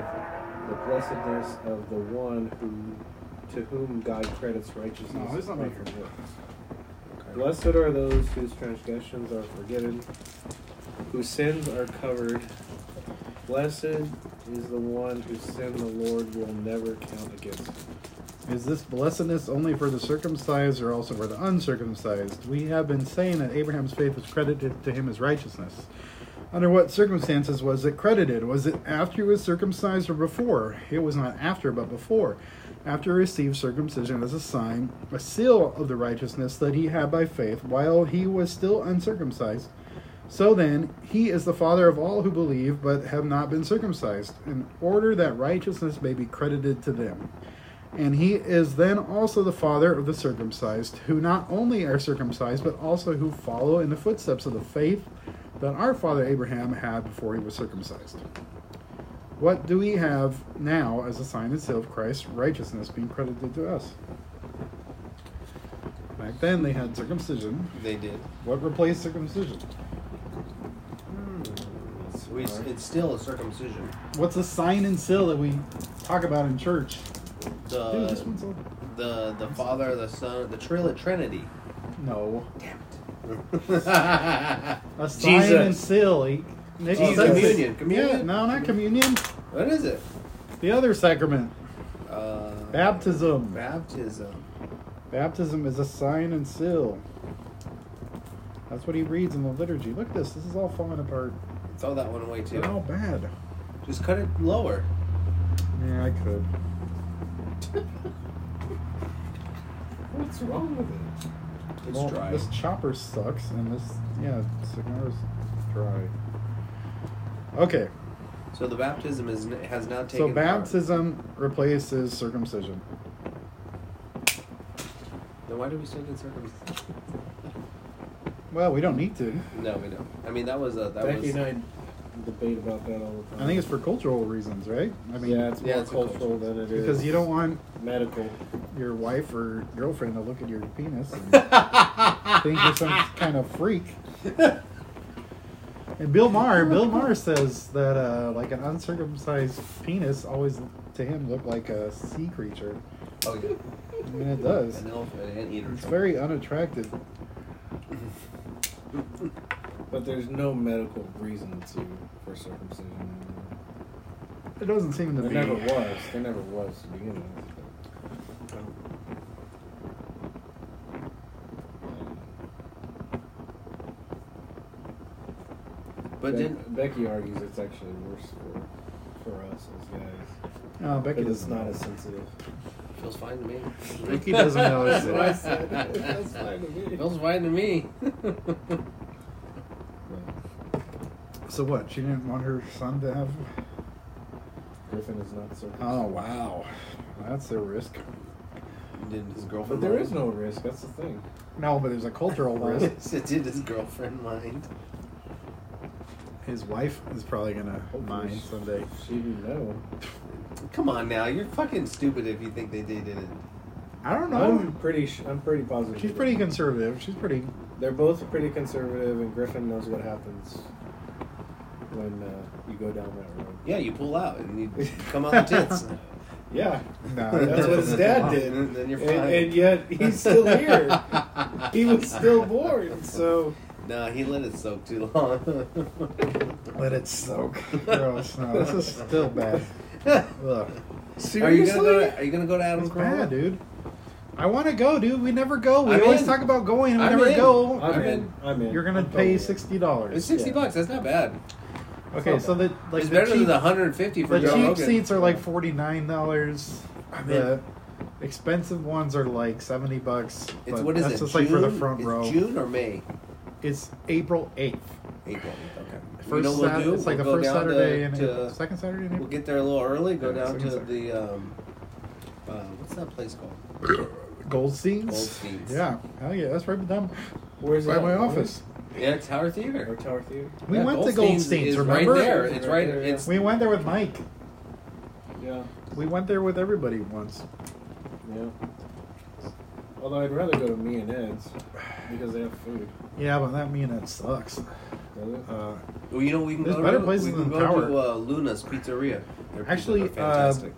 Speaker 3: the blessedness of the one who to whom God credits righteousness.
Speaker 4: No, it's not
Speaker 3: apart
Speaker 4: making
Speaker 3: from works.
Speaker 2: Okay.
Speaker 3: Blessed are those whose transgressions are forgiven, whose sins are covered. Blessed is the one whose sin the Lord will never count against. him.
Speaker 4: Is this blessedness only for the circumcised or also for the uncircumcised? We have been saying that Abraham's faith was credited to him as righteousness. Under what circumstances was it credited? Was it after he was circumcised or before? It was not after, but before. After he received circumcision as a sign, a seal of the righteousness that he had by faith while he was still uncircumcised. So then, he is the father of all who believe but have not been circumcised, in order that righteousness may be credited to them. And he is then also the father of the circumcised, who not only are circumcised, but also who follow in the footsteps of the faith that our father Abraham had before he was circumcised. What do we have now as a sign and seal of Christ's righteousness being credited to us? Back then they had circumcision.
Speaker 2: They did.
Speaker 4: What replaced circumcision? Hmm.
Speaker 2: It's, we- it's, it's still a circumcision.
Speaker 4: What's a sign and seal that we talk about in church? Dude, this
Speaker 2: The
Speaker 4: one's old.
Speaker 2: the the Father, the Son, the
Speaker 4: [laughs]
Speaker 2: Tril- Trinity.
Speaker 4: No.
Speaker 2: what
Speaker 4: A sign
Speaker 3: Jesus.
Speaker 4: and seal. He, Nick
Speaker 2: Oh,
Speaker 4: says it.
Speaker 2: communion, communion.
Speaker 4: Yeah, no, not communion.
Speaker 2: is it?
Speaker 4: The other sacrament,
Speaker 2: Uh,
Speaker 4: baptism.
Speaker 2: Baptism.
Speaker 4: baptism is a sign and seal. That's what he reads in the liturgy. Look at this. This is all falling apart.
Speaker 2: Throw that one away too.
Speaker 4: They're all bad.
Speaker 2: Just cut it lower.
Speaker 4: Yeah, I could.
Speaker 3: What's wrong with it?
Speaker 2: It's
Speaker 4: Well,
Speaker 2: dry.
Speaker 4: This chopper sucks, and this yeah, cigar's dry. Okay,
Speaker 2: So the baptism is n- has now
Speaker 4: so
Speaker 2: taken.
Speaker 4: baptism replaces circumcision.
Speaker 2: Part. Then why do we still get circumcised?
Speaker 4: Well, we don't need to.
Speaker 2: No, we don't. I mean, that was a that
Speaker 3: Becky
Speaker 2: was.
Speaker 3: and I debate about that all the time.
Speaker 4: I think it's for cultural reasons, right? I mean,
Speaker 3: yeah, it's more
Speaker 2: Yeah, it's a
Speaker 3: cultural,
Speaker 2: cultural.
Speaker 3: than it is
Speaker 4: because you don't want
Speaker 3: medical.
Speaker 4: your wife or girlfriend to look at your penis
Speaker 3: [laughs]
Speaker 4: and think you're some kind of freak. And Bill Maher, Bill Maher says that uh, like an uncircumcised penis always to him looked like a sea creature,
Speaker 2: Oh yeah.
Speaker 4: and it does.
Speaker 2: An elephant, an eater.
Speaker 4: It's very unattractive.
Speaker 3: But there's no medical reason to for circumcision. anymore.
Speaker 4: It doesn't seem to
Speaker 3: There
Speaker 4: be.
Speaker 3: never was. There never was to begin with.
Speaker 2: But
Speaker 3: Be-
Speaker 2: didn't
Speaker 3: Becky argues it's actually worse for for us as guys.
Speaker 4: No, Uh, Becky
Speaker 3: But it's
Speaker 4: doesn't.
Speaker 3: not as sensitive.
Speaker 2: feels fine to me.
Speaker 4: Ricky doesn't know.
Speaker 2: That's what [laughs] I said.
Speaker 3: That's fine to me.
Speaker 2: Feels fine to [laughs] me.
Speaker 4: So what? She didn't want her son to have.
Speaker 3: Griffin is not circumcised.
Speaker 4: Oh wow, that's a risk.
Speaker 2: Didn't his
Speaker 3: But
Speaker 2: girlfriend?
Speaker 3: there
Speaker 2: mind?
Speaker 3: is no
Speaker 2: [laughs]
Speaker 3: risk. That's the thing.
Speaker 4: No, but there's a cultural risk.
Speaker 2: So Did his girlfriend mind?
Speaker 4: His wife is probably gonna
Speaker 3: Hopefully
Speaker 4: mind
Speaker 3: she-
Speaker 4: someday.
Speaker 3: She didn't know.
Speaker 2: Come on now, you're fucking stupid if you think they did it.
Speaker 4: I don't
Speaker 3: I'm
Speaker 4: know.
Speaker 3: pretty. Sh- I'm pretty positive.
Speaker 4: She's pretty conservative. She's pretty.
Speaker 3: They're both pretty conservative, and Griffin knows what happens when uh, you go down that road.
Speaker 2: Yeah, you pull out and you come out the tits.
Speaker 3: Yeah,
Speaker 4: No,
Speaker 3: [laughs]
Speaker 2: [laughs]
Speaker 3: that's what his
Speaker 4: [laughs]
Speaker 3: dad did.
Speaker 2: And [laughs] then you're
Speaker 3: And,
Speaker 2: fine.
Speaker 3: and yet he's still here. he was still born, so
Speaker 2: No, he let it soak too long.
Speaker 4: Let it soak. Gross. No, this is still bad. Ugh.
Speaker 2: Are you gonna go? To, are you gonna go to Adam
Speaker 4: It's
Speaker 2: Carolla?
Speaker 4: bad, dude. I want to go, dude. We never go. We
Speaker 2: I'm
Speaker 4: always
Speaker 2: in.
Speaker 4: talk about going, and we
Speaker 2: I'm
Speaker 4: never
Speaker 2: in.
Speaker 4: go.
Speaker 3: I'm
Speaker 2: I'm
Speaker 3: in.
Speaker 2: in.
Speaker 3: I'm in.
Speaker 4: You're gonna
Speaker 3: I'm
Speaker 4: pay
Speaker 3: totally
Speaker 4: sixty
Speaker 2: It's
Speaker 4: dollars.
Speaker 2: sixty
Speaker 3: Yeah.
Speaker 2: bucks. That's not bad.
Speaker 4: Okay, so the like
Speaker 2: it's
Speaker 4: the
Speaker 2: better than
Speaker 4: cheap,
Speaker 2: the hundred fifty for
Speaker 4: the
Speaker 2: Joe
Speaker 4: cheap
Speaker 2: Rogan.
Speaker 4: seats are like forty nine dollars.
Speaker 2: I'm
Speaker 4: The
Speaker 2: in.
Speaker 4: Expensive ones are like seventy bucks.
Speaker 2: It's
Speaker 4: but
Speaker 2: what is
Speaker 4: that's
Speaker 2: it?
Speaker 4: Just like for the front
Speaker 2: it's
Speaker 4: row.
Speaker 2: June or May?
Speaker 4: It's April eighth.
Speaker 2: April. Okay. You
Speaker 4: First
Speaker 2: know what we'll
Speaker 4: Sat-
Speaker 2: do?
Speaker 4: It's like
Speaker 2: We'll
Speaker 4: the
Speaker 2: go
Speaker 4: first
Speaker 2: down to-
Speaker 4: Saturday in
Speaker 2: to-
Speaker 4: April. Second Saturday in
Speaker 2: We'll
Speaker 4: April.
Speaker 2: get there a little early. Go
Speaker 4: Yeah,
Speaker 2: down
Speaker 4: second
Speaker 2: to
Speaker 4: Saturday.
Speaker 2: the um, uh, what's that place called?
Speaker 4: Goldstein's.
Speaker 2: Goldstein's.
Speaker 4: Yeah. Hell yeah. That's right with them.
Speaker 3: Where's
Speaker 4: By
Speaker 3: that?
Speaker 4: my
Speaker 3: Where-
Speaker 4: office.
Speaker 2: Yeah, Tower
Speaker 3: Or
Speaker 2: Theater.
Speaker 3: Tower Theater?
Speaker 4: We
Speaker 2: Yeah,
Speaker 4: went to
Speaker 2: Goldstein's
Speaker 4: Goldstein's.
Speaker 2: is right
Speaker 4: remember?
Speaker 2: there. It's right.
Speaker 3: Right there,
Speaker 2: It's
Speaker 4: We went there with Mike.
Speaker 3: Yeah.
Speaker 4: We went there with everybody once.
Speaker 3: Yeah. Although I'd rather go to me and Ed's because they have food.
Speaker 4: Yeah, but that mean it sucks.
Speaker 3: Does it?
Speaker 4: Uh,
Speaker 2: Well, you know we can
Speaker 4: There's
Speaker 2: go
Speaker 4: better
Speaker 2: to,
Speaker 4: places
Speaker 2: we can
Speaker 4: than
Speaker 2: go
Speaker 4: Tower.
Speaker 2: to uh, Luna's Pizzeria. Their pizzas
Speaker 4: Actually,
Speaker 2: are
Speaker 4: uh,
Speaker 2: fantastic.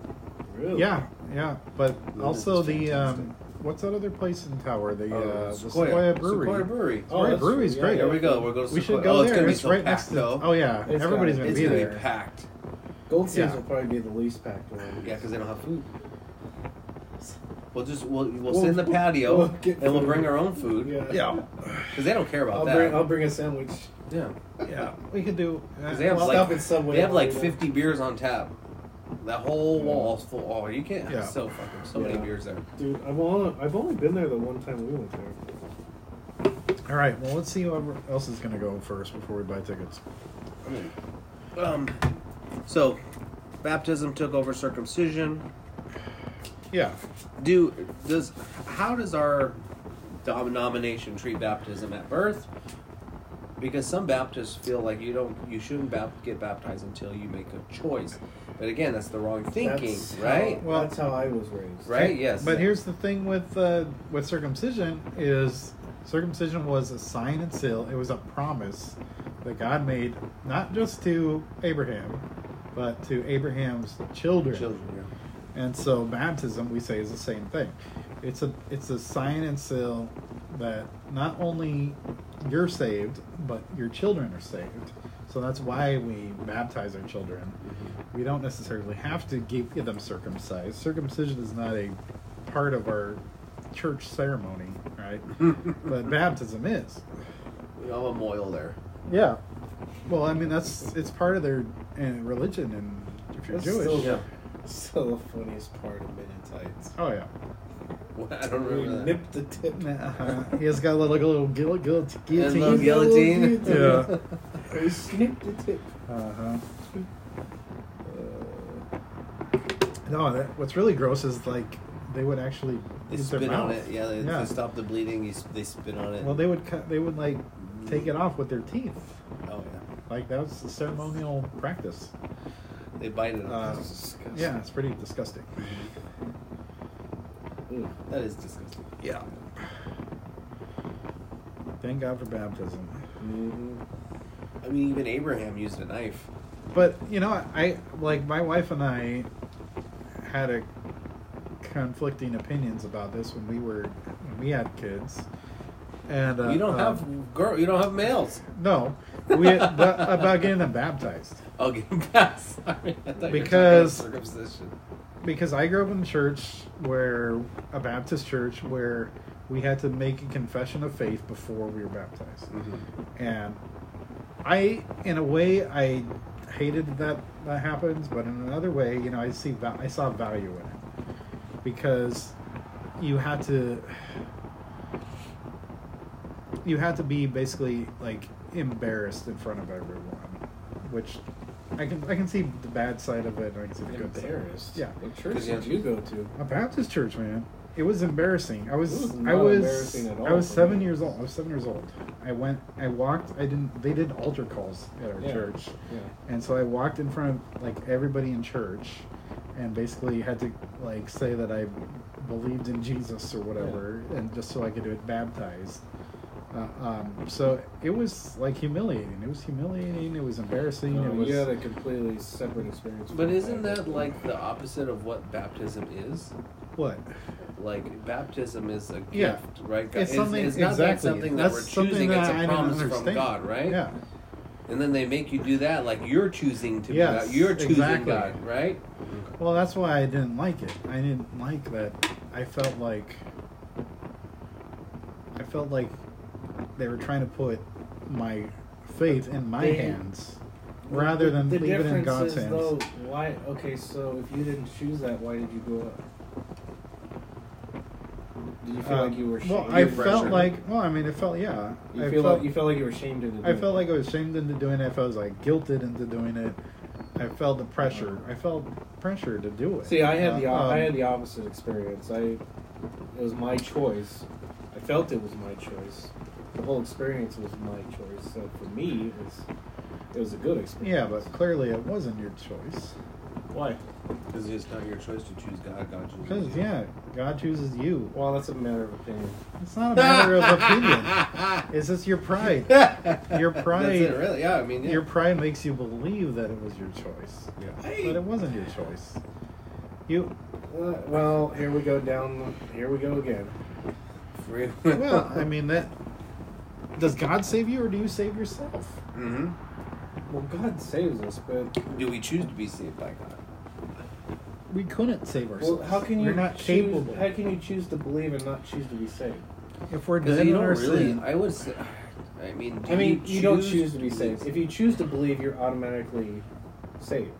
Speaker 3: really?
Speaker 4: yeah, yeah. But
Speaker 2: Luna's
Speaker 4: also
Speaker 2: is
Speaker 4: the um, what's that other place in Tower? The uh, the Sequoia Brewery.
Speaker 2: Oh, Sequoia Brewery.
Speaker 4: Sequoia
Speaker 3: Oh, that's
Speaker 4: Brewery's
Speaker 3: true,
Speaker 4: great.
Speaker 2: There we go. We're going to
Speaker 4: We
Speaker 2: Sequoia.
Speaker 4: should go
Speaker 2: oh,
Speaker 4: there.
Speaker 2: It's gonna
Speaker 4: It's
Speaker 2: be so
Speaker 4: right
Speaker 2: packed,
Speaker 4: next to.
Speaker 2: though.
Speaker 4: Oh yeah,
Speaker 3: It's
Speaker 4: everybody's gonna
Speaker 3: gotta-
Speaker 2: it's
Speaker 4: be
Speaker 2: gonna
Speaker 4: there.
Speaker 2: be packed.
Speaker 3: Goldstein's
Speaker 4: Yeah.
Speaker 3: will probably be the least packed one.
Speaker 2: Yeah, because they don't have food. We'll just we'll, we'll,
Speaker 3: We'll-
Speaker 2: sit in
Speaker 4: [laughs]
Speaker 2: the patio
Speaker 3: we'll
Speaker 2: and
Speaker 3: get
Speaker 2: we'll
Speaker 3: food.
Speaker 2: bring our own food.
Speaker 3: Yeah.
Speaker 4: yeah,
Speaker 2: because they don't care about
Speaker 3: I'll
Speaker 2: that.
Speaker 3: bring, I'll bring a sandwich.
Speaker 2: yeah,
Speaker 4: yeah. We could do. uh,
Speaker 2: 'Cause they have
Speaker 3: I'll
Speaker 2: like
Speaker 3: stop at Subway
Speaker 2: they have
Speaker 3: on the
Speaker 2: like
Speaker 3: way down.
Speaker 2: fifty beers on tap. That whole
Speaker 3: Yeah.
Speaker 2: wall's full. Oh, you can't.
Speaker 4: Yeah.
Speaker 2: have So fucking so many
Speaker 3: Yeah.
Speaker 2: beers there.
Speaker 3: Dude, I've only, I've only been there the one time we went there.
Speaker 4: All right. Well, let's see who else is gonna go first before we buy tickets.
Speaker 2: Um, so baptism took over circumcision.
Speaker 4: Yeah.
Speaker 2: Do does how does our denomination treat baptism at birth? Because some Baptists feel like you don't you shouldn't bap- get baptized until you make a choice. But again, that's the wrong thinking,
Speaker 3: That's how-
Speaker 2: right?
Speaker 4: Well-
Speaker 3: that's how I was raised.
Speaker 2: Right, yes.
Speaker 4: But here's the thing with uh, with circumcision is circumcision was a sign and seal. It was a promise that God made not just to Abraham, but to Abraham's children.
Speaker 2: children. yeah.
Speaker 4: And so baptism we say is the same thing. It's a it's a sign and seal that not only you're saved, but your children are saved. So that's why we baptize our children. We don't necessarily have to give get them circumcised. Circumcision is not a part of our church ceremony, right? but baptism is.
Speaker 2: We all have a moil there. [laughs]
Speaker 4: Yeah. Well, I mean that's it's part of their uh, religion, and if you're
Speaker 3: That's
Speaker 4: Jewish,
Speaker 3: still,
Speaker 2: Yeah.
Speaker 3: still the funniest part of Mennonites.
Speaker 4: oh yeah.
Speaker 2: Well, I don't
Speaker 3: We
Speaker 2: remember that.
Speaker 3: nipped the tip.
Speaker 4: Nah,
Speaker 3: [laughs]
Speaker 4: uh-huh. he has got a little, little guil- guil-
Speaker 2: There's a little
Speaker 4: guillotine.
Speaker 2: guillotine.
Speaker 4: Yeah.
Speaker 3: [laughs] We snipped the tip.
Speaker 4: Uh-huh.
Speaker 3: Uh,
Speaker 4: No, that, what's really gross is like they would actually
Speaker 2: They
Speaker 4: use their
Speaker 2: spit on
Speaker 4: mouth.
Speaker 2: it. Yeah, they,
Speaker 4: Yeah.
Speaker 2: to stop the bleeding, you, s- they spit on it.
Speaker 4: Well, they would cut. They would like take it off with their teeth.
Speaker 2: Oh yeah,
Speaker 4: Like that was the ceremonial practice.
Speaker 2: they bite it.
Speaker 4: Uh,
Speaker 2: off.
Speaker 3: that's disgusting.
Speaker 4: Yeah, it's pretty disgusting. hmm.
Speaker 3: Ugh.
Speaker 2: that is disgusting.
Speaker 4: Yeah. Thank God for baptism.
Speaker 3: Mhm.
Speaker 2: I mean, even Abraham used a knife.
Speaker 4: But you know, I like my wife and I had a conflicting opinions about this when we were when we had kids, and uh,
Speaker 2: you don't
Speaker 4: uh,
Speaker 2: have girl. You don't have males.
Speaker 4: no we but uh, about getting them baptized
Speaker 2: [laughs] I'll give him pass. Sorry, I thought you were talking
Speaker 4: Because-
Speaker 2: about circumcision.
Speaker 4: because I grew up in a church where a Baptist church where we had to make a confession of faith before we were baptized. and I, in a way, I hated that that happens, but in another way, you know, I see va- I saw value in it because you had to you had to be basically like embarrassed in front of everyone, which I can I can see the bad side of it and I can see the good side.
Speaker 3: Embarrassed.
Speaker 4: Yeah.
Speaker 3: What church did you go to?
Speaker 4: A Baptist church, man. It was embarrassing. I was,
Speaker 3: It was
Speaker 4: I
Speaker 3: not
Speaker 4: was
Speaker 3: embarrassing at all
Speaker 4: I was
Speaker 3: for
Speaker 4: seven
Speaker 3: me.
Speaker 4: years old. I was seven years old. I went I walked I didn't they did altar calls at our
Speaker 3: Yeah.
Speaker 4: church.
Speaker 3: Yeah.
Speaker 4: And so I walked in front of like everybody in church and basically had to like say that I believed in Jesus or whatever and just so I could get baptized. Uh, um, so it was like humiliating. It was humiliating. It was embarrassing.
Speaker 3: No,
Speaker 4: it was
Speaker 3: you had a completely separate experience.
Speaker 2: But
Speaker 3: from
Speaker 2: isn't
Speaker 3: mine.
Speaker 2: that like the opposite of what baptism is?
Speaker 4: what?
Speaker 2: Like baptism is a gift,
Speaker 4: Yeah.
Speaker 2: right?
Speaker 4: It's something
Speaker 2: it's not that
Speaker 4: exactly.
Speaker 2: something that
Speaker 4: That's
Speaker 2: we're
Speaker 4: something
Speaker 2: choosing.
Speaker 4: that
Speaker 2: It's
Speaker 4: I
Speaker 2: a
Speaker 4: didn't
Speaker 2: promise from
Speaker 4: understand.
Speaker 2: God, right?
Speaker 4: Yeah.
Speaker 2: And then they make you do that, like you're choosing to.
Speaker 4: Yes,
Speaker 2: Yes, you're choosing
Speaker 4: exactly.
Speaker 2: God, right?
Speaker 4: Well, that's why I didn't like it. I didn't like that. I felt like I felt like they were trying to put my faith in my
Speaker 3: They-
Speaker 4: hands rather than
Speaker 3: the, the
Speaker 4: leave it in
Speaker 3: difference
Speaker 4: God's
Speaker 3: is,
Speaker 4: hands.
Speaker 3: Though, why? Okay, so if you didn't choose that, why did you go up? you feel
Speaker 4: Um,
Speaker 3: like you were shamed?
Speaker 4: Well, I
Speaker 2: You're
Speaker 4: felt
Speaker 2: pressured.
Speaker 4: like. Well, I mean, it felt. Yeah.
Speaker 3: you
Speaker 4: I
Speaker 3: feel
Speaker 4: felt,
Speaker 3: like you felt like you were shamed into doing
Speaker 4: I felt like
Speaker 3: it.
Speaker 4: I was shamed into doing it. I felt like guilted into doing it. I felt the pressure. I felt pressure to do it.
Speaker 3: See, I had the
Speaker 4: Um,
Speaker 3: I had the opposite experience. I it was my choice. I felt it was my choice. The whole experience was my choice. So for me, it was it was a good experience.
Speaker 4: Yeah, but clearly it wasn't your choice.
Speaker 3: why?
Speaker 2: Because it's not your choice to choose God. God chooses.
Speaker 4: Because
Speaker 2: you.
Speaker 4: yeah, God chooses you.
Speaker 3: Well, that's a matter of opinion.
Speaker 4: It's not a matter of
Speaker 3: [laughs]
Speaker 4: opinion.
Speaker 2: [laughs]
Speaker 4: It's just your pride. Your
Speaker 2: That's it,
Speaker 4: pride.
Speaker 2: really. Yeah, I mean, yeah.
Speaker 4: Your pride makes you believe that it was your choice,
Speaker 2: yeah.
Speaker 4: but it wasn't your choice. You
Speaker 3: Uh, well, here we go down. the- Here we go again.
Speaker 2: For real.
Speaker 4: well,
Speaker 2: [laughs]
Speaker 4: I mean that. Does God save you, or do you save yourself?
Speaker 2: hmm
Speaker 3: Well, God saves us, but
Speaker 2: Do we choose to be saved by God?
Speaker 4: We couldn't save
Speaker 3: well,
Speaker 4: ourselves.
Speaker 3: how can you
Speaker 4: We're not
Speaker 3: choose,
Speaker 4: capable.
Speaker 3: How can you choose to believe and not choose to be saved?
Speaker 4: If we're
Speaker 2: Because
Speaker 4: dead
Speaker 2: you
Speaker 4: in
Speaker 2: don't
Speaker 4: our
Speaker 2: really.
Speaker 4: sin,
Speaker 2: I would say. [sighs] I mean, do
Speaker 3: I mean, you,
Speaker 2: you
Speaker 3: don't choose to be
Speaker 2: believe-
Speaker 3: saved. If you choose to believe, you're automatically saved.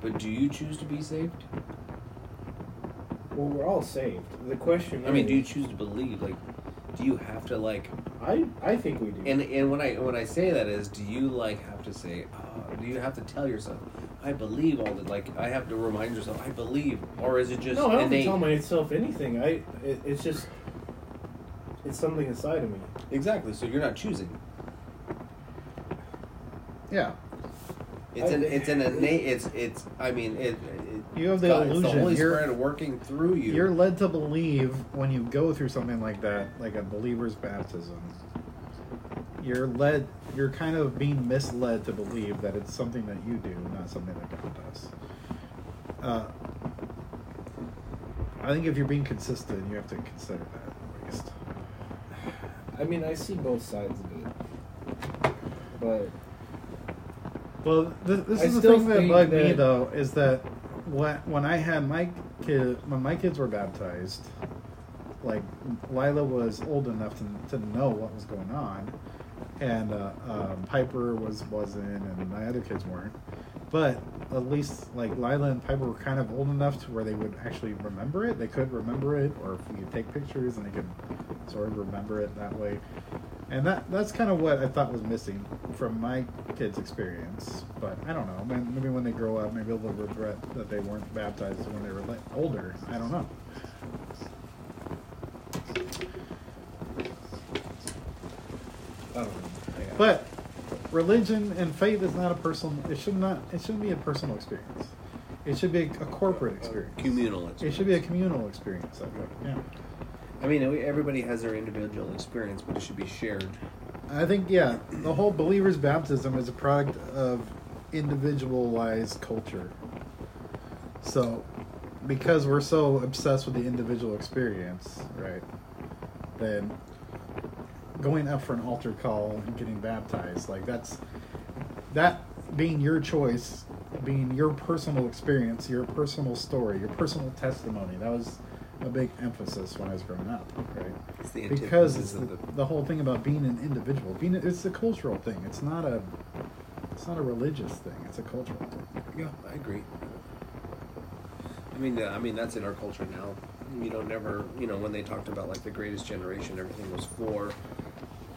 Speaker 2: But do you choose to be saved?
Speaker 3: Well, we're all saved. The question.
Speaker 2: I mean,
Speaker 3: is,
Speaker 2: do you choose to believe? Like, do you have to like?
Speaker 3: I I think we do.
Speaker 2: And and when I when I say that is, do you like have to say? Uh, do you have to tell yourself? I believe all the like. I have to remind yourself. I believe, or is it just
Speaker 3: no, I don't
Speaker 2: innate?
Speaker 3: tell myself anything. I it, it's just it's something inside of me.
Speaker 2: exactly. So you're not choosing.
Speaker 4: yeah,
Speaker 2: It's an
Speaker 3: I-
Speaker 2: it's an innate. It's it's. I mean, it. it
Speaker 4: You have the
Speaker 2: God- It's
Speaker 4: illusion.
Speaker 2: the Holy
Speaker 4: You're-
Speaker 2: Spirit working through you.
Speaker 4: you're led to believe when you go through something like that, like a believer's baptism. You're led. You're kind of being misled to believe that it's something that you do, not something that God does. Uh, I think if you're being consistent, you have to consider that at least.
Speaker 3: I mean, I see both sides of it, but
Speaker 4: Well, th- this
Speaker 3: I
Speaker 4: is the
Speaker 3: still
Speaker 4: thing that
Speaker 3: think
Speaker 4: bugged me
Speaker 3: that-
Speaker 4: though is that when when I had my kid when my kids were baptized, like Lila was old enough to to know what was going on, and uh, um, Piper was wasn't, and my other kids weren't. But at least like Lila and Piper were kind of old enough to where they would actually remember it. They could remember it, or if we could take pictures and they could sort of remember it that way. And that that's kind of what I thought was missing from my kids' experience. But I don't know. Man, maybe when they grow up, maybe they'll regret that they weren't baptized when they were li- older. I don't know.
Speaker 3: I don't know. I-
Speaker 4: But religion and faith is not a personal. It should not. It shouldn't be a personal experience. It should be a, a corporate experience.
Speaker 2: communal.
Speaker 4: It
Speaker 2: experience.
Speaker 4: should be a communal experience. I think. Yeah.
Speaker 2: I mean, we- everybody has their individual experience, but it should be shared.
Speaker 4: I think yeah. The whole believer's baptism is a product of individualized culture. So, because we're so obsessed with the individual experience, right? Then going up for an altar call and getting baptized, like that's that being your choice, being your personal experience, your personal story, your personal testimony. That was a big emphasis when I was growing up, right?
Speaker 2: It's the
Speaker 4: because
Speaker 2: antithesis
Speaker 4: it's the,
Speaker 2: of the
Speaker 4: the whole thing about being an individual being it's a cultural thing it's not a it's not a religious thing it's a cultural thing
Speaker 2: Yeah, I agree. I mean, uh, I mean that's in our culture now. You don't never, you know, when they talked about like the greatest generation, everything was for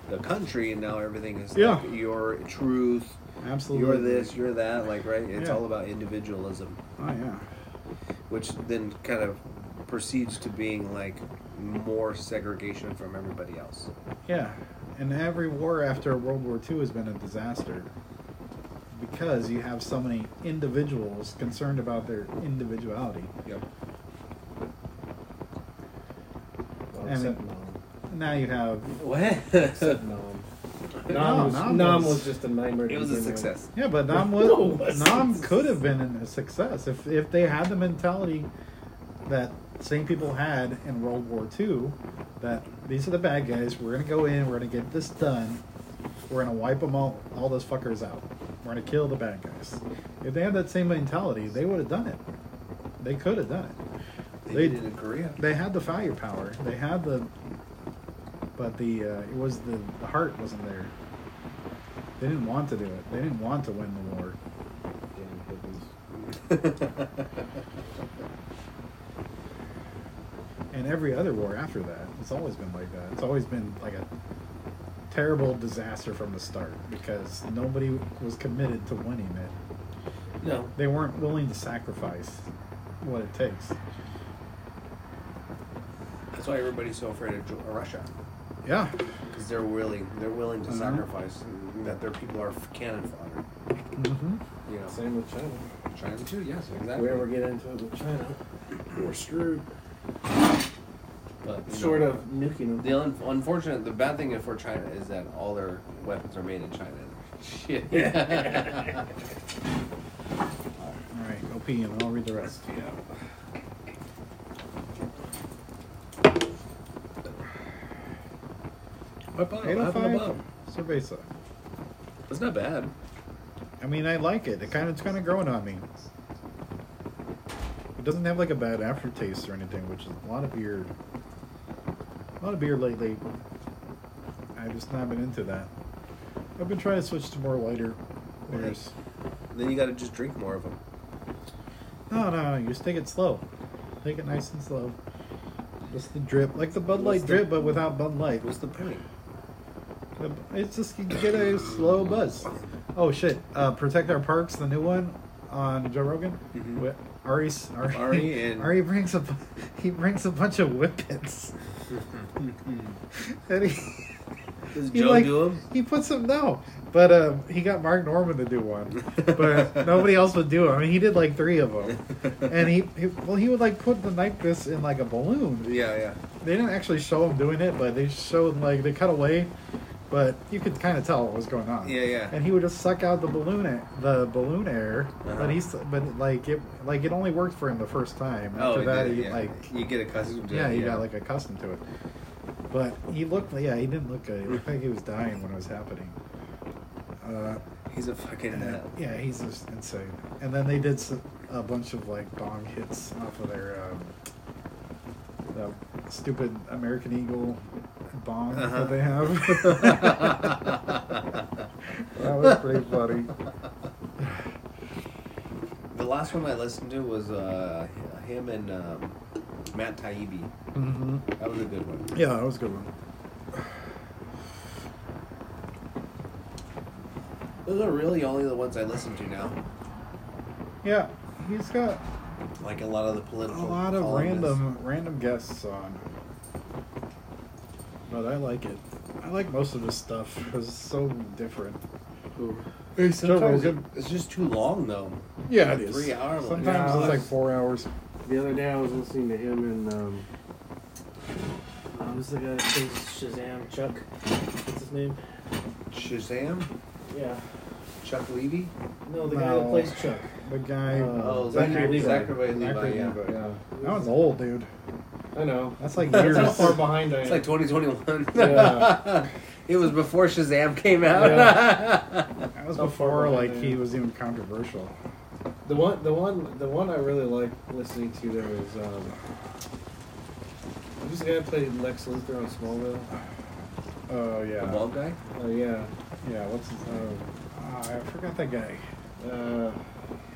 Speaker 2: the country, and now everything is
Speaker 4: Yeah.
Speaker 2: like, your truth,
Speaker 4: absolutely
Speaker 2: you're this, you're that, like right. It's
Speaker 4: Yeah.
Speaker 2: all about individualism,
Speaker 4: oh yeah
Speaker 2: which then kind of proceeds to being like more segregation from everybody else.
Speaker 4: yeah and every war after world war ii has been a disaster because you have so many individuals concerned about their individuality
Speaker 2: Yep.
Speaker 3: well,
Speaker 4: I
Speaker 3: except
Speaker 4: mean-
Speaker 3: Nom.
Speaker 4: now you have
Speaker 2: What? [laughs]
Speaker 3: Except Nom.
Speaker 4: No,
Speaker 3: Nom, was,
Speaker 4: Nom
Speaker 3: Nom
Speaker 4: was-
Speaker 3: was just a nightmare. to
Speaker 2: it was a
Speaker 3: begin with.
Speaker 2: success.
Speaker 4: yeah but nam
Speaker 3: No,
Speaker 4: was
Speaker 3: it's-
Speaker 4: nam could have been a success if if they had the mentality that same people had in World War II that these are the bad guys. We're gonna go in. We're gonna get this done. We're gonna wipe them all, all those fuckers out. We're gonna kill the bad guys. If they had that same mentality, they would have done it. They could have done it.
Speaker 2: They did it in Korea.
Speaker 4: They had the firepower. They had the. But the uh, it was the, the heart wasn't there. They didn't want to do it. They didn't want to win the war.
Speaker 3: Damn hippies.
Speaker 4: and every other war after that It's always been like that. It's always been like a terrible disaster from the start because nobody was committed to winning it.
Speaker 2: [laughs] No.
Speaker 4: They weren't willing to sacrifice what it takes.
Speaker 2: That's why everybody's so afraid of Jo- Russia.
Speaker 4: Yeah.
Speaker 2: Because they're willing, they're willing to
Speaker 3: Mm-hmm.
Speaker 4: Mhm.
Speaker 2: sacrifice, and that their people are f- cannon fodder.
Speaker 4: hmm
Speaker 2: You know,
Speaker 3: Same with China.
Speaker 2: China too. Yes,
Speaker 3: If
Speaker 2: exactly.
Speaker 3: we ever get into it with China,
Speaker 2: we're screwed. But you know,
Speaker 3: sort of nuking them.
Speaker 2: The un- unfortunate, the bad thing for China is that all their weapons are made in China. Shit. [laughs]
Speaker 3: [laughs]
Speaker 2: yeah.
Speaker 4: All right, go pee and I'll read the rest.
Speaker 2: What about
Speaker 4: Eight oh
Speaker 2: what happened to
Speaker 4: five.
Speaker 2: Bob?
Speaker 4: Cerveza.
Speaker 2: That's not bad.
Speaker 4: I mean, I like it. It kind of it's kind of growing on me. It doesn't have like a bad aftertaste or anything, which is a lot of beer. A lot of beer lately. I've just not been into that. I've been trying to switch to more lighter beers.
Speaker 2: Then you got to just drink more of them.
Speaker 4: No, no, no. You just take it slow. Take it nice and slow. Just the drip, like the Bud Light
Speaker 2: What's the-
Speaker 4: drip, but without Bud Light.
Speaker 2: What's
Speaker 3: [laughs]
Speaker 2: the point?
Speaker 4: The- It's just you get a slow buzz. Oh shit! Uh, Protect our parks, the new one on Joe Rogan.
Speaker 2: Mhm.
Speaker 4: Wi- Ari, s- Ari,
Speaker 2: Ari
Speaker 4: [laughs]
Speaker 2: and-
Speaker 4: Ari brings a bu- he brings a bunch of whippets. [laughs] and he,
Speaker 2: Does
Speaker 4: he
Speaker 2: Joe
Speaker 4: like,
Speaker 2: do them?
Speaker 4: He puts them no, but um, he got Mark Norman to do one,
Speaker 2: [laughs]
Speaker 4: but nobody else would do them. I mean, he did like three of them, and he, he well he would like put the knife this in like a balloon
Speaker 2: Yeah, yeah.
Speaker 4: they didn't actually show him doing it, but they showed like they cut away, but you could kind of tell what was going on.
Speaker 2: Yeah, yeah.
Speaker 4: And he would just suck out the balloon, air, the balloon air,
Speaker 2: Uh-huh.
Speaker 4: but he's but like it like it only worked for him the first time.
Speaker 2: Oh,
Speaker 4: After
Speaker 2: he
Speaker 4: that,
Speaker 2: did it,
Speaker 4: he
Speaker 2: yeah.
Speaker 4: like
Speaker 2: you get accustomed to
Speaker 4: yeah,
Speaker 2: it.
Speaker 4: he got like accustomed to it. But he looked yeah, he didn't look good. He looked like he was dying when it was happening. Uh,
Speaker 2: He's a fucking.
Speaker 4: and, uh,
Speaker 2: Uh,
Speaker 4: [laughs] yeah, he's just insane. And then they did s a a bunch of like bong hits off of their um, the stupid American Eagle bong
Speaker 2: Uh-huh.
Speaker 4: that they
Speaker 2: [laughs]
Speaker 4: have.
Speaker 2: that
Speaker 4: that was pretty funny.
Speaker 2: The last one I listened to was uh, him and um, Matt Taibbi.
Speaker 4: hmm
Speaker 2: That was a good one.
Speaker 4: Yeah, that was a good one.
Speaker 2: Those are really only the ones I listen to now.
Speaker 4: Yeah, he's got
Speaker 2: Like a lot of the
Speaker 4: a
Speaker 2: political.
Speaker 4: lot of
Speaker 2: columnists.
Speaker 4: random random guests on, but I like it. I like most of his stuff. It's so different. It's
Speaker 2: Sometimes it- it's just too long though.
Speaker 4: Yeah, it
Speaker 2: Three
Speaker 4: is.
Speaker 2: hour one.
Speaker 4: Sometimes
Speaker 3: Yeah,
Speaker 4: it's like
Speaker 3: that's-
Speaker 4: four hours.
Speaker 3: The other day I was listening to him and um, uh, who's the guy that sings Shazam? Chuck. What's his name?
Speaker 2: Shazam,
Speaker 3: Yeah.
Speaker 2: Chuck Levy.
Speaker 3: No, the guy that
Speaker 4: No.
Speaker 3: plays Chuck.
Speaker 4: The guy.
Speaker 3: Uh,
Speaker 2: Oh,
Speaker 3: Zachary
Speaker 2: Zachary,
Speaker 3: Levi.
Speaker 2: Zachary Levi.
Speaker 4: Zachary
Speaker 2: yeah.
Speaker 4: Levi.
Speaker 3: Yeah.
Speaker 4: That one's old,
Speaker 3: [laughs]
Speaker 4: dude.
Speaker 3: I know.
Speaker 4: That's like
Speaker 3: That's
Speaker 4: years.
Speaker 3: how far behind I am.
Speaker 2: It's like 2021.
Speaker 3: Yeah.
Speaker 2: [laughs] it was before Shazam came out. [laughs]
Speaker 4: that was
Speaker 3: how far
Speaker 4: before
Speaker 3: behind
Speaker 4: like
Speaker 3: I
Speaker 4: he
Speaker 3: am.
Speaker 4: was even controversial.
Speaker 3: The one, the one, the one I really like listening to there is um, who's the guy that played Lex Luthor on Smallville?
Speaker 4: Oh
Speaker 2: The
Speaker 4: yeah.
Speaker 2: bald guy.
Speaker 3: Oh yeah, um,
Speaker 4: Yeah. What's his name? Uh, I forgot that guy.
Speaker 3: uh,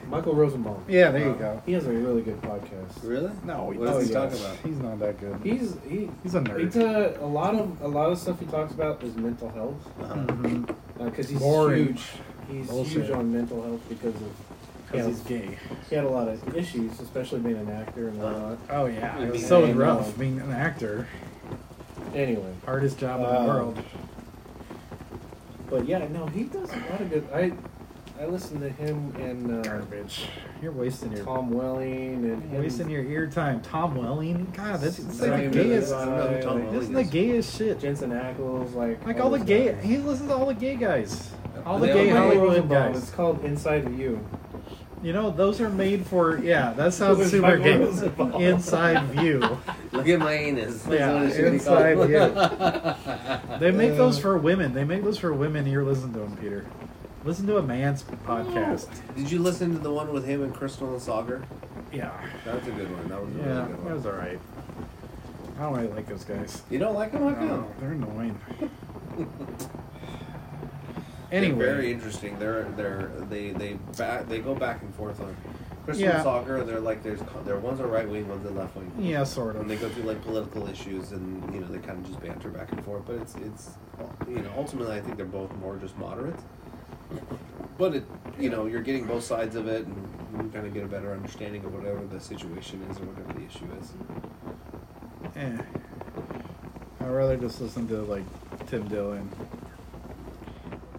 Speaker 3: Michael Rosenbaum.
Speaker 4: Yeah, there you
Speaker 3: Uh,
Speaker 4: go.
Speaker 3: He has a really good podcast.
Speaker 2: Really?
Speaker 4: No, he
Speaker 2: What is he
Speaker 4: doesn't.
Speaker 2: talking about?
Speaker 4: He's not that good.
Speaker 3: He's he.
Speaker 4: He's a nerd.
Speaker 3: It's a, a lot of a lot of stuff he talks about is mental health
Speaker 2: Uh-huh.
Speaker 4: Mhm.
Speaker 3: because Mm-hmm. he's
Speaker 4: Boring.
Speaker 3: huge. He's
Speaker 4: Bullshit.
Speaker 3: huge on mental health because of he,
Speaker 4: 'Cause
Speaker 3: has,
Speaker 4: he's gay.
Speaker 3: he had a lot of issues, especially being an actor and whatnot.
Speaker 4: Oh yeah. It was
Speaker 2: Yeah,
Speaker 4: so
Speaker 3: I know.
Speaker 4: rough being an actor,
Speaker 3: Anyway,
Speaker 4: hardest job in
Speaker 3: Um,
Speaker 4: the world.
Speaker 3: but yeah, no, he does a lot of good. I I listen to him and. Uh,
Speaker 4: Garbage. You're wasting your
Speaker 3: Tom Welling and
Speaker 4: you're wasting your ear time. Tom Welling. God, that's it's
Speaker 3: Zachary
Speaker 4: like the gayest.
Speaker 2: I don't know who Tom Welling
Speaker 4: This is the
Speaker 2: is.
Speaker 4: gayest shit.
Speaker 3: Jensen Ackles, like
Speaker 4: Like all the gay,
Speaker 3: guys.
Speaker 4: he listens to all the gay guys, all the
Speaker 2: They
Speaker 4: gay
Speaker 2: all-
Speaker 4: Hollywood
Speaker 3: Rosenbaum, It's
Speaker 4: guys.
Speaker 3: called Inside of You.
Speaker 4: You know, those are made for. Yeah, that sounds
Speaker 3: Those are
Speaker 4: super gay.
Speaker 3: Rosenbaum.
Speaker 4: Inside view.
Speaker 2: Look at my anus. That's
Speaker 4: Yeah,
Speaker 2: what it should be called.
Speaker 4: inside,
Speaker 2: [laughs]
Speaker 4: They make those for women. They make those for women. Here, listen to them, Peter. Listen to a man's podcast.
Speaker 2: Did you listen to the one with him and Crystal and Sauger?
Speaker 4: Yeah,
Speaker 2: That's a good one. That was a
Speaker 4: yeah,
Speaker 2: really good
Speaker 4: that
Speaker 2: one.
Speaker 4: was all right. I don't really like those guys.
Speaker 2: You don't like him? How come?
Speaker 4: No, they're annoying.
Speaker 2: They're
Speaker 4: Anyway,
Speaker 2: very interesting. They're they're they they back, they go back and forth on Christian
Speaker 4: Yeah.
Speaker 2: soccer, they're like there's co- there one's a right wing, one's a left wing,
Speaker 4: Yeah, sort
Speaker 2: and
Speaker 4: of.
Speaker 2: they go through like political issues, and you know they kind of just banter back and forth. But it's it's you know ultimately I think they're both more just moderates. But it you know you're getting both sides of it, and you kind of get a better understanding of whatever the situation is or whatever the issue is.
Speaker 4: Eh. I'd rather just listen to like Tim Dillon.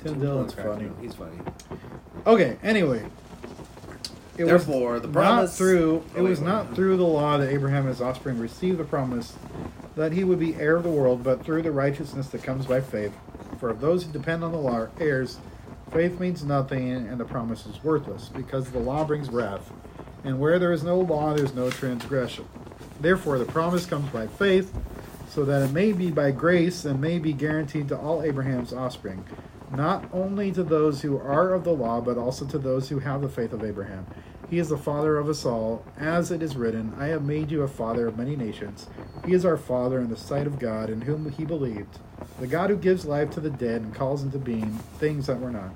Speaker 4: Tim, Dillon's
Speaker 2: Cracked
Speaker 4: funny.
Speaker 2: him. He's funny.
Speaker 4: Okay. Anyway, it
Speaker 2: Therefore,
Speaker 4: was
Speaker 2: the
Speaker 4: not
Speaker 2: promise-
Speaker 4: through.
Speaker 2: Oh,
Speaker 4: it
Speaker 2: wait,
Speaker 4: was
Speaker 2: wait.
Speaker 4: not through the law that Abraham and his offspring received the promise that he would be heir of the world, but through the righteousness that comes by faith. For if those who depend on the law are heirs, faith means nothing, and the promise is worthless, because the law brings wrath, and where there is no law, there is no transgression. Therefore, the promise comes by faith, so that it may be by grace and may be guaranteed to all Abraham's offspring, not only to those who are of the law, but also to those who have the faith of Abraham. He is the father of us all, as it is written, I have made you a father of many nations. He is our father in the sight of God, in whom he believed, the God who gives life to the dead and calls into being things that were not.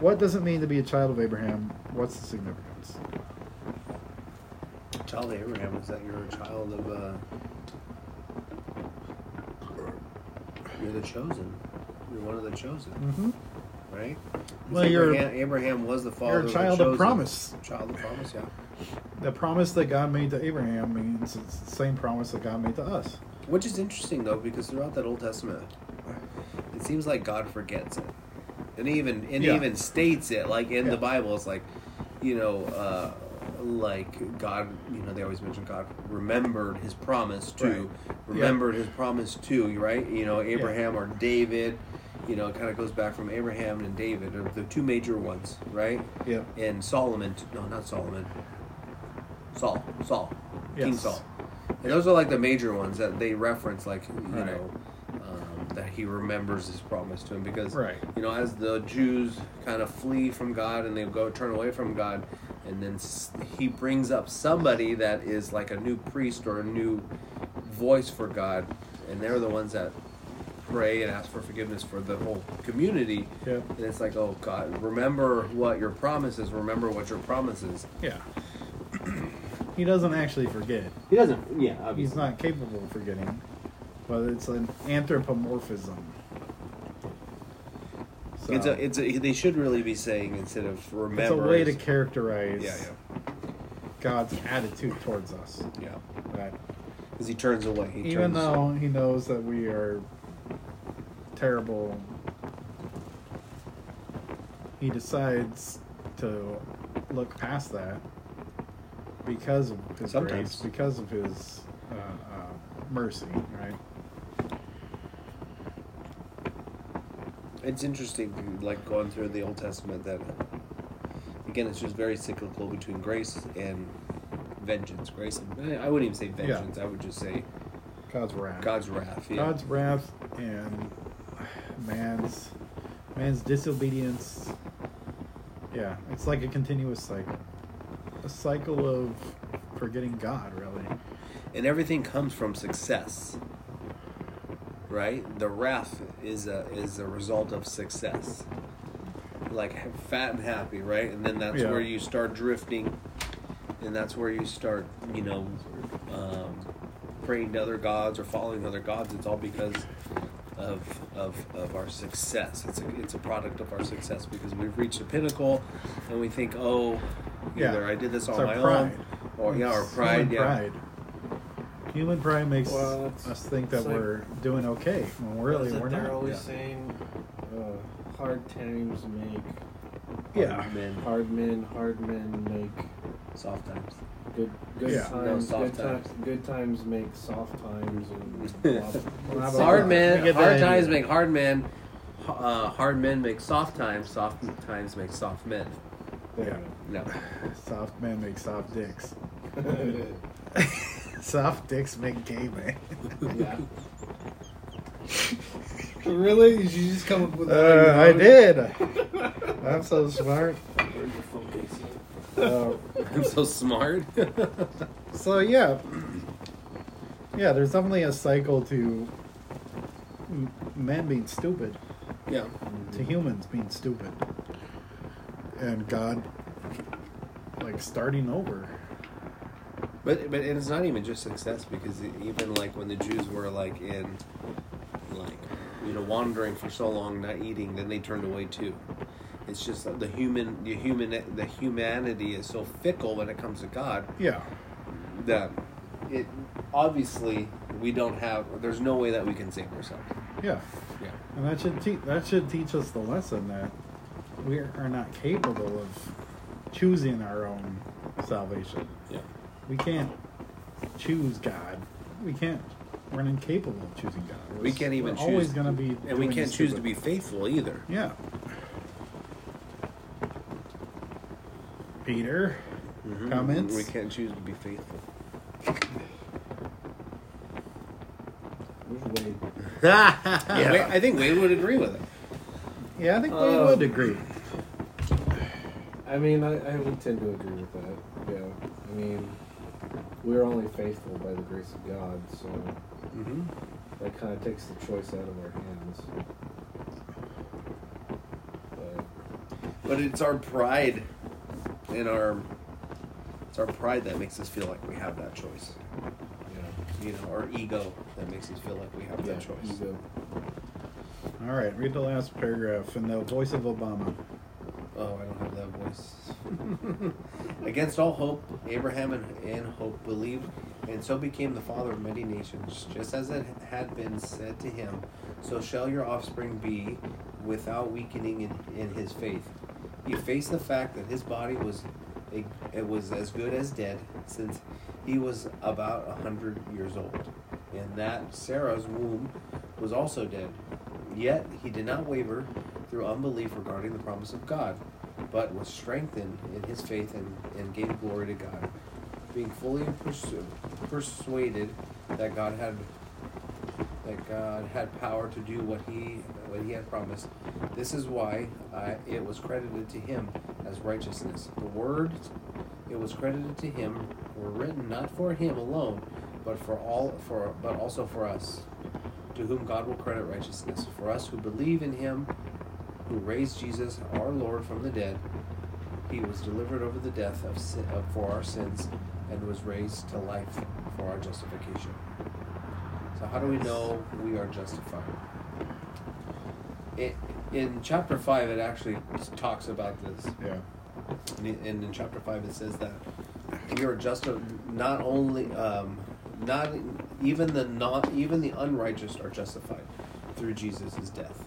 Speaker 4: What does it mean to be a child of Abraham? What's the significance?
Speaker 2: Child of Abraham is that you're a child of uh, you're the chosen. You're one of the chosen.
Speaker 4: Mm-hmm.
Speaker 2: right?
Speaker 4: Well, you're-
Speaker 2: Abraham, Abraham was the father.
Speaker 4: you're a
Speaker 2: the
Speaker 4: child of
Speaker 2: chosen.
Speaker 4: promise.
Speaker 2: Child of promise, yeah.
Speaker 4: The promise that God made to Abraham means it's the same promise that God made to us.
Speaker 2: Which is interesting though, because throughout that Old Testament, it seems like God forgets it, and even and
Speaker 4: Yeah.
Speaker 2: even states it. Like in
Speaker 4: Yeah.
Speaker 2: the Bible, it's like, you know, uh, like God. You know, they always mention God remembered His promise to,
Speaker 4: Right.
Speaker 2: remembered His promise to. you Right? You know, Abraham or David. You know, it kind of goes back from Abraham and David, are the two major ones, right?
Speaker 4: Yeah.
Speaker 2: and Solomon. t- No, not Solomon. Saul, Saul, King
Speaker 4: Yes.
Speaker 2: Saul. And those are like the major ones that they reference, like you
Speaker 4: Right.
Speaker 2: know, um, that he remembers his promise to him because
Speaker 4: Right.
Speaker 2: you know, as the Jews kind of flee from God and they go turn away from God, and then s- he brings up somebody that is like a new priest or a new voice for God, and they're the ones that pray and ask for forgiveness for the whole community.
Speaker 4: Yeah.
Speaker 2: And it's like, oh God, remember what your promise is. Remember what your promise is.
Speaker 4: Yeah. [clears throat] he doesn't actually forget.
Speaker 3: He doesn't. Yeah, obviously.
Speaker 4: He's not capable of forgetting, but it's an anthropomorphism. So
Speaker 2: It's a, it's a, they should really be saying instead of
Speaker 4: it's a
Speaker 2: remember.
Speaker 4: way to
Speaker 2: is-
Speaker 4: characterize
Speaker 2: Yeah,
Speaker 4: God's attitude towards us.
Speaker 2: yeah, yeah.
Speaker 4: Right?
Speaker 2: Because he turns away. He
Speaker 4: Even
Speaker 2: turns,
Speaker 4: though he knows that we are terrible, he decides to look past that because of his grace,
Speaker 2: Sometimes.
Speaker 4: because of his uh, uh, mercy, right?
Speaker 2: It's interesting, like going through the Old Testament, that again, it's just very cyclical between grace and vengeance. Grace, and, I wouldn't even say vengeance. I would just say
Speaker 4: God's wrath.
Speaker 2: God's wrath. Yeah.
Speaker 4: God's wrath and man's man's disobedience. Yeah, it's like a continuous cycle, a cycle of forgetting God, really.
Speaker 2: and everything comes from success, right? The wrath is a is a result of success, like ha- fat and happy, right? And then that's
Speaker 4: Yeah.
Speaker 2: where you start drifting, and that's where you start, you know, um, praying to other gods or following other gods. It's all because of of, of our success. It's a, it's a product of our success because we've reached a pinnacle, and we think, oh,
Speaker 4: Yeah.
Speaker 2: either I did this
Speaker 4: It's
Speaker 2: on
Speaker 4: our
Speaker 2: my
Speaker 4: pride.
Speaker 2: own, or Oh, yeah, our
Speaker 4: It's
Speaker 2: pride,
Speaker 4: human
Speaker 2: yeah.
Speaker 4: pride. Human pride makes
Speaker 3: Well, it's-
Speaker 4: us think that
Speaker 3: it's like-
Speaker 4: we're doing okay when really
Speaker 3: Is it
Speaker 4: we're
Speaker 3: they're
Speaker 4: not.
Speaker 3: always
Speaker 2: yeah.
Speaker 3: saying uh, hard times make
Speaker 4: Yeah.
Speaker 2: Men,
Speaker 3: hard men, hard men make
Speaker 2: soft times.
Speaker 3: good good
Speaker 4: Yeah.
Speaker 3: times,
Speaker 2: No, soft
Speaker 3: good times. good times make soft times
Speaker 2: [laughs]
Speaker 3: and blah, blah,
Speaker 4: Blah, blah,
Speaker 2: Hard
Speaker 4: blah.
Speaker 2: men,
Speaker 4: We get the
Speaker 2: hard
Speaker 4: idea.
Speaker 2: times make hard men. Uh, hard men make soft times. Soft times make soft men.
Speaker 3: There
Speaker 2: [laughs] No,
Speaker 4: Soft men make soft dicks.
Speaker 3: [laughs] you go.
Speaker 4: Soft dicks make gay men.
Speaker 3: yeah. [laughs] really? Did you just come up
Speaker 4: [laughs]
Speaker 3: with
Speaker 4: Uh, I did.
Speaker 3: [laughs]
Speaker 4: I'm so smart. Uh,
Speaker 2: I'm so smart. [laughs]
Speaker 4: so yeah, yeah. There's definitely a cycle to m- men being stupid,
Speaker 2: yeah, Mm-hmm.
Speaker 4: to humans being stupid, and God, like like starting over.
Speaker 2: But but and it's not even just success because e, even like when the Jews were like in like you know wandering for so long not eating then they turned away too. It's just that the human the human the humanity is so fickle when it comes to God
Speaker 4: Yeah.
Speaker 2: that it obviously we don't have there's no way that we can save ourselves.
Speaker 4: Yeah.
Speaker 2: Yeah.
Speaker 4: And that should te- that should teach us the lesson that we are not capable of choosing our own salvation.
Speaker 2: Yeah.
Speaker 4: We can't choose God. We can't. We're incapable of choosing God.
Speaker 2: We can't even
Speaker 4: we're
Speaker 2: choose
Speaker 4: Always going to be.
Speaker 2: And we
Speaker 4: doing
Speaker 2: can't choose to
Speaker 4: stupid-
Speaker 2: be faithful either.
Speaker 4: Yeah.
Speaker 2: [laughs]
Speaker 4: Peter,
Speaker 2: Mhm.
Speaker 4: Comments?
Speaker 2: We can't choose to be faithful.
Speaker 3: Where's Wade?
Speaker 2: Wa- I think Wade would agree with it.
Speaker 4: yeah, I think we
Speaker 3: Um,
Speaker 4: would agree.
Speaker 3: I mean, I, I would tend to agree with that. Yeah. I mean, we're only faithful by the grace of God, so
Speaker 2: Mm-hmm.
Speaker 3: that kind of takes the choice out of our hands. But
Speaker 2: But it's our pride and our it's our pride that makes us feel like we have that choice.
Speaker 3: yeah,
Speaker 2: You know, our ego that makes us feel like we have
Speaker 3: yeah,
Speaker 2: that choice.
Speaker 3: ego.
Speaker 4: All right, read the last paragraph in the voice of Obama.
Speaker 2: Oh, I don't have that voice. [laughs] Against all hope, Abraham and, and hope believed, and so became the father of many nations. Just as it had been said to him, so shall your offspring be, without weakening in, in his faith. He faced the fact that his body was, a, it was as good as dead, since he was about a hundred years old, and that Sarah's womb was also dead. Yet he did not waver through unbelief regarding the promise of God, but was strengthened in his faith and, and gave glory to God, being fully persu- persuaded that God had that God had power to do what he what he had promised. This is why uh, it was credited to him as righteousness. The words it was credited to him were written not for him alone, but for all for but also for us, to whom God will credit righteousness. For us who believe in him, who raised Jesus our Lord from the dead, he was delivered over the death of sin, of, for our sins and was raised to life for our justification. So how do we know we are justified? It, in chapter 5 it actually talks about this
Speaker 4: Yeah.
Speaker 2: and in- and in chapter five it says that we are just uh, not only um, not even the not even the unrighteous are justified through Jesus' death.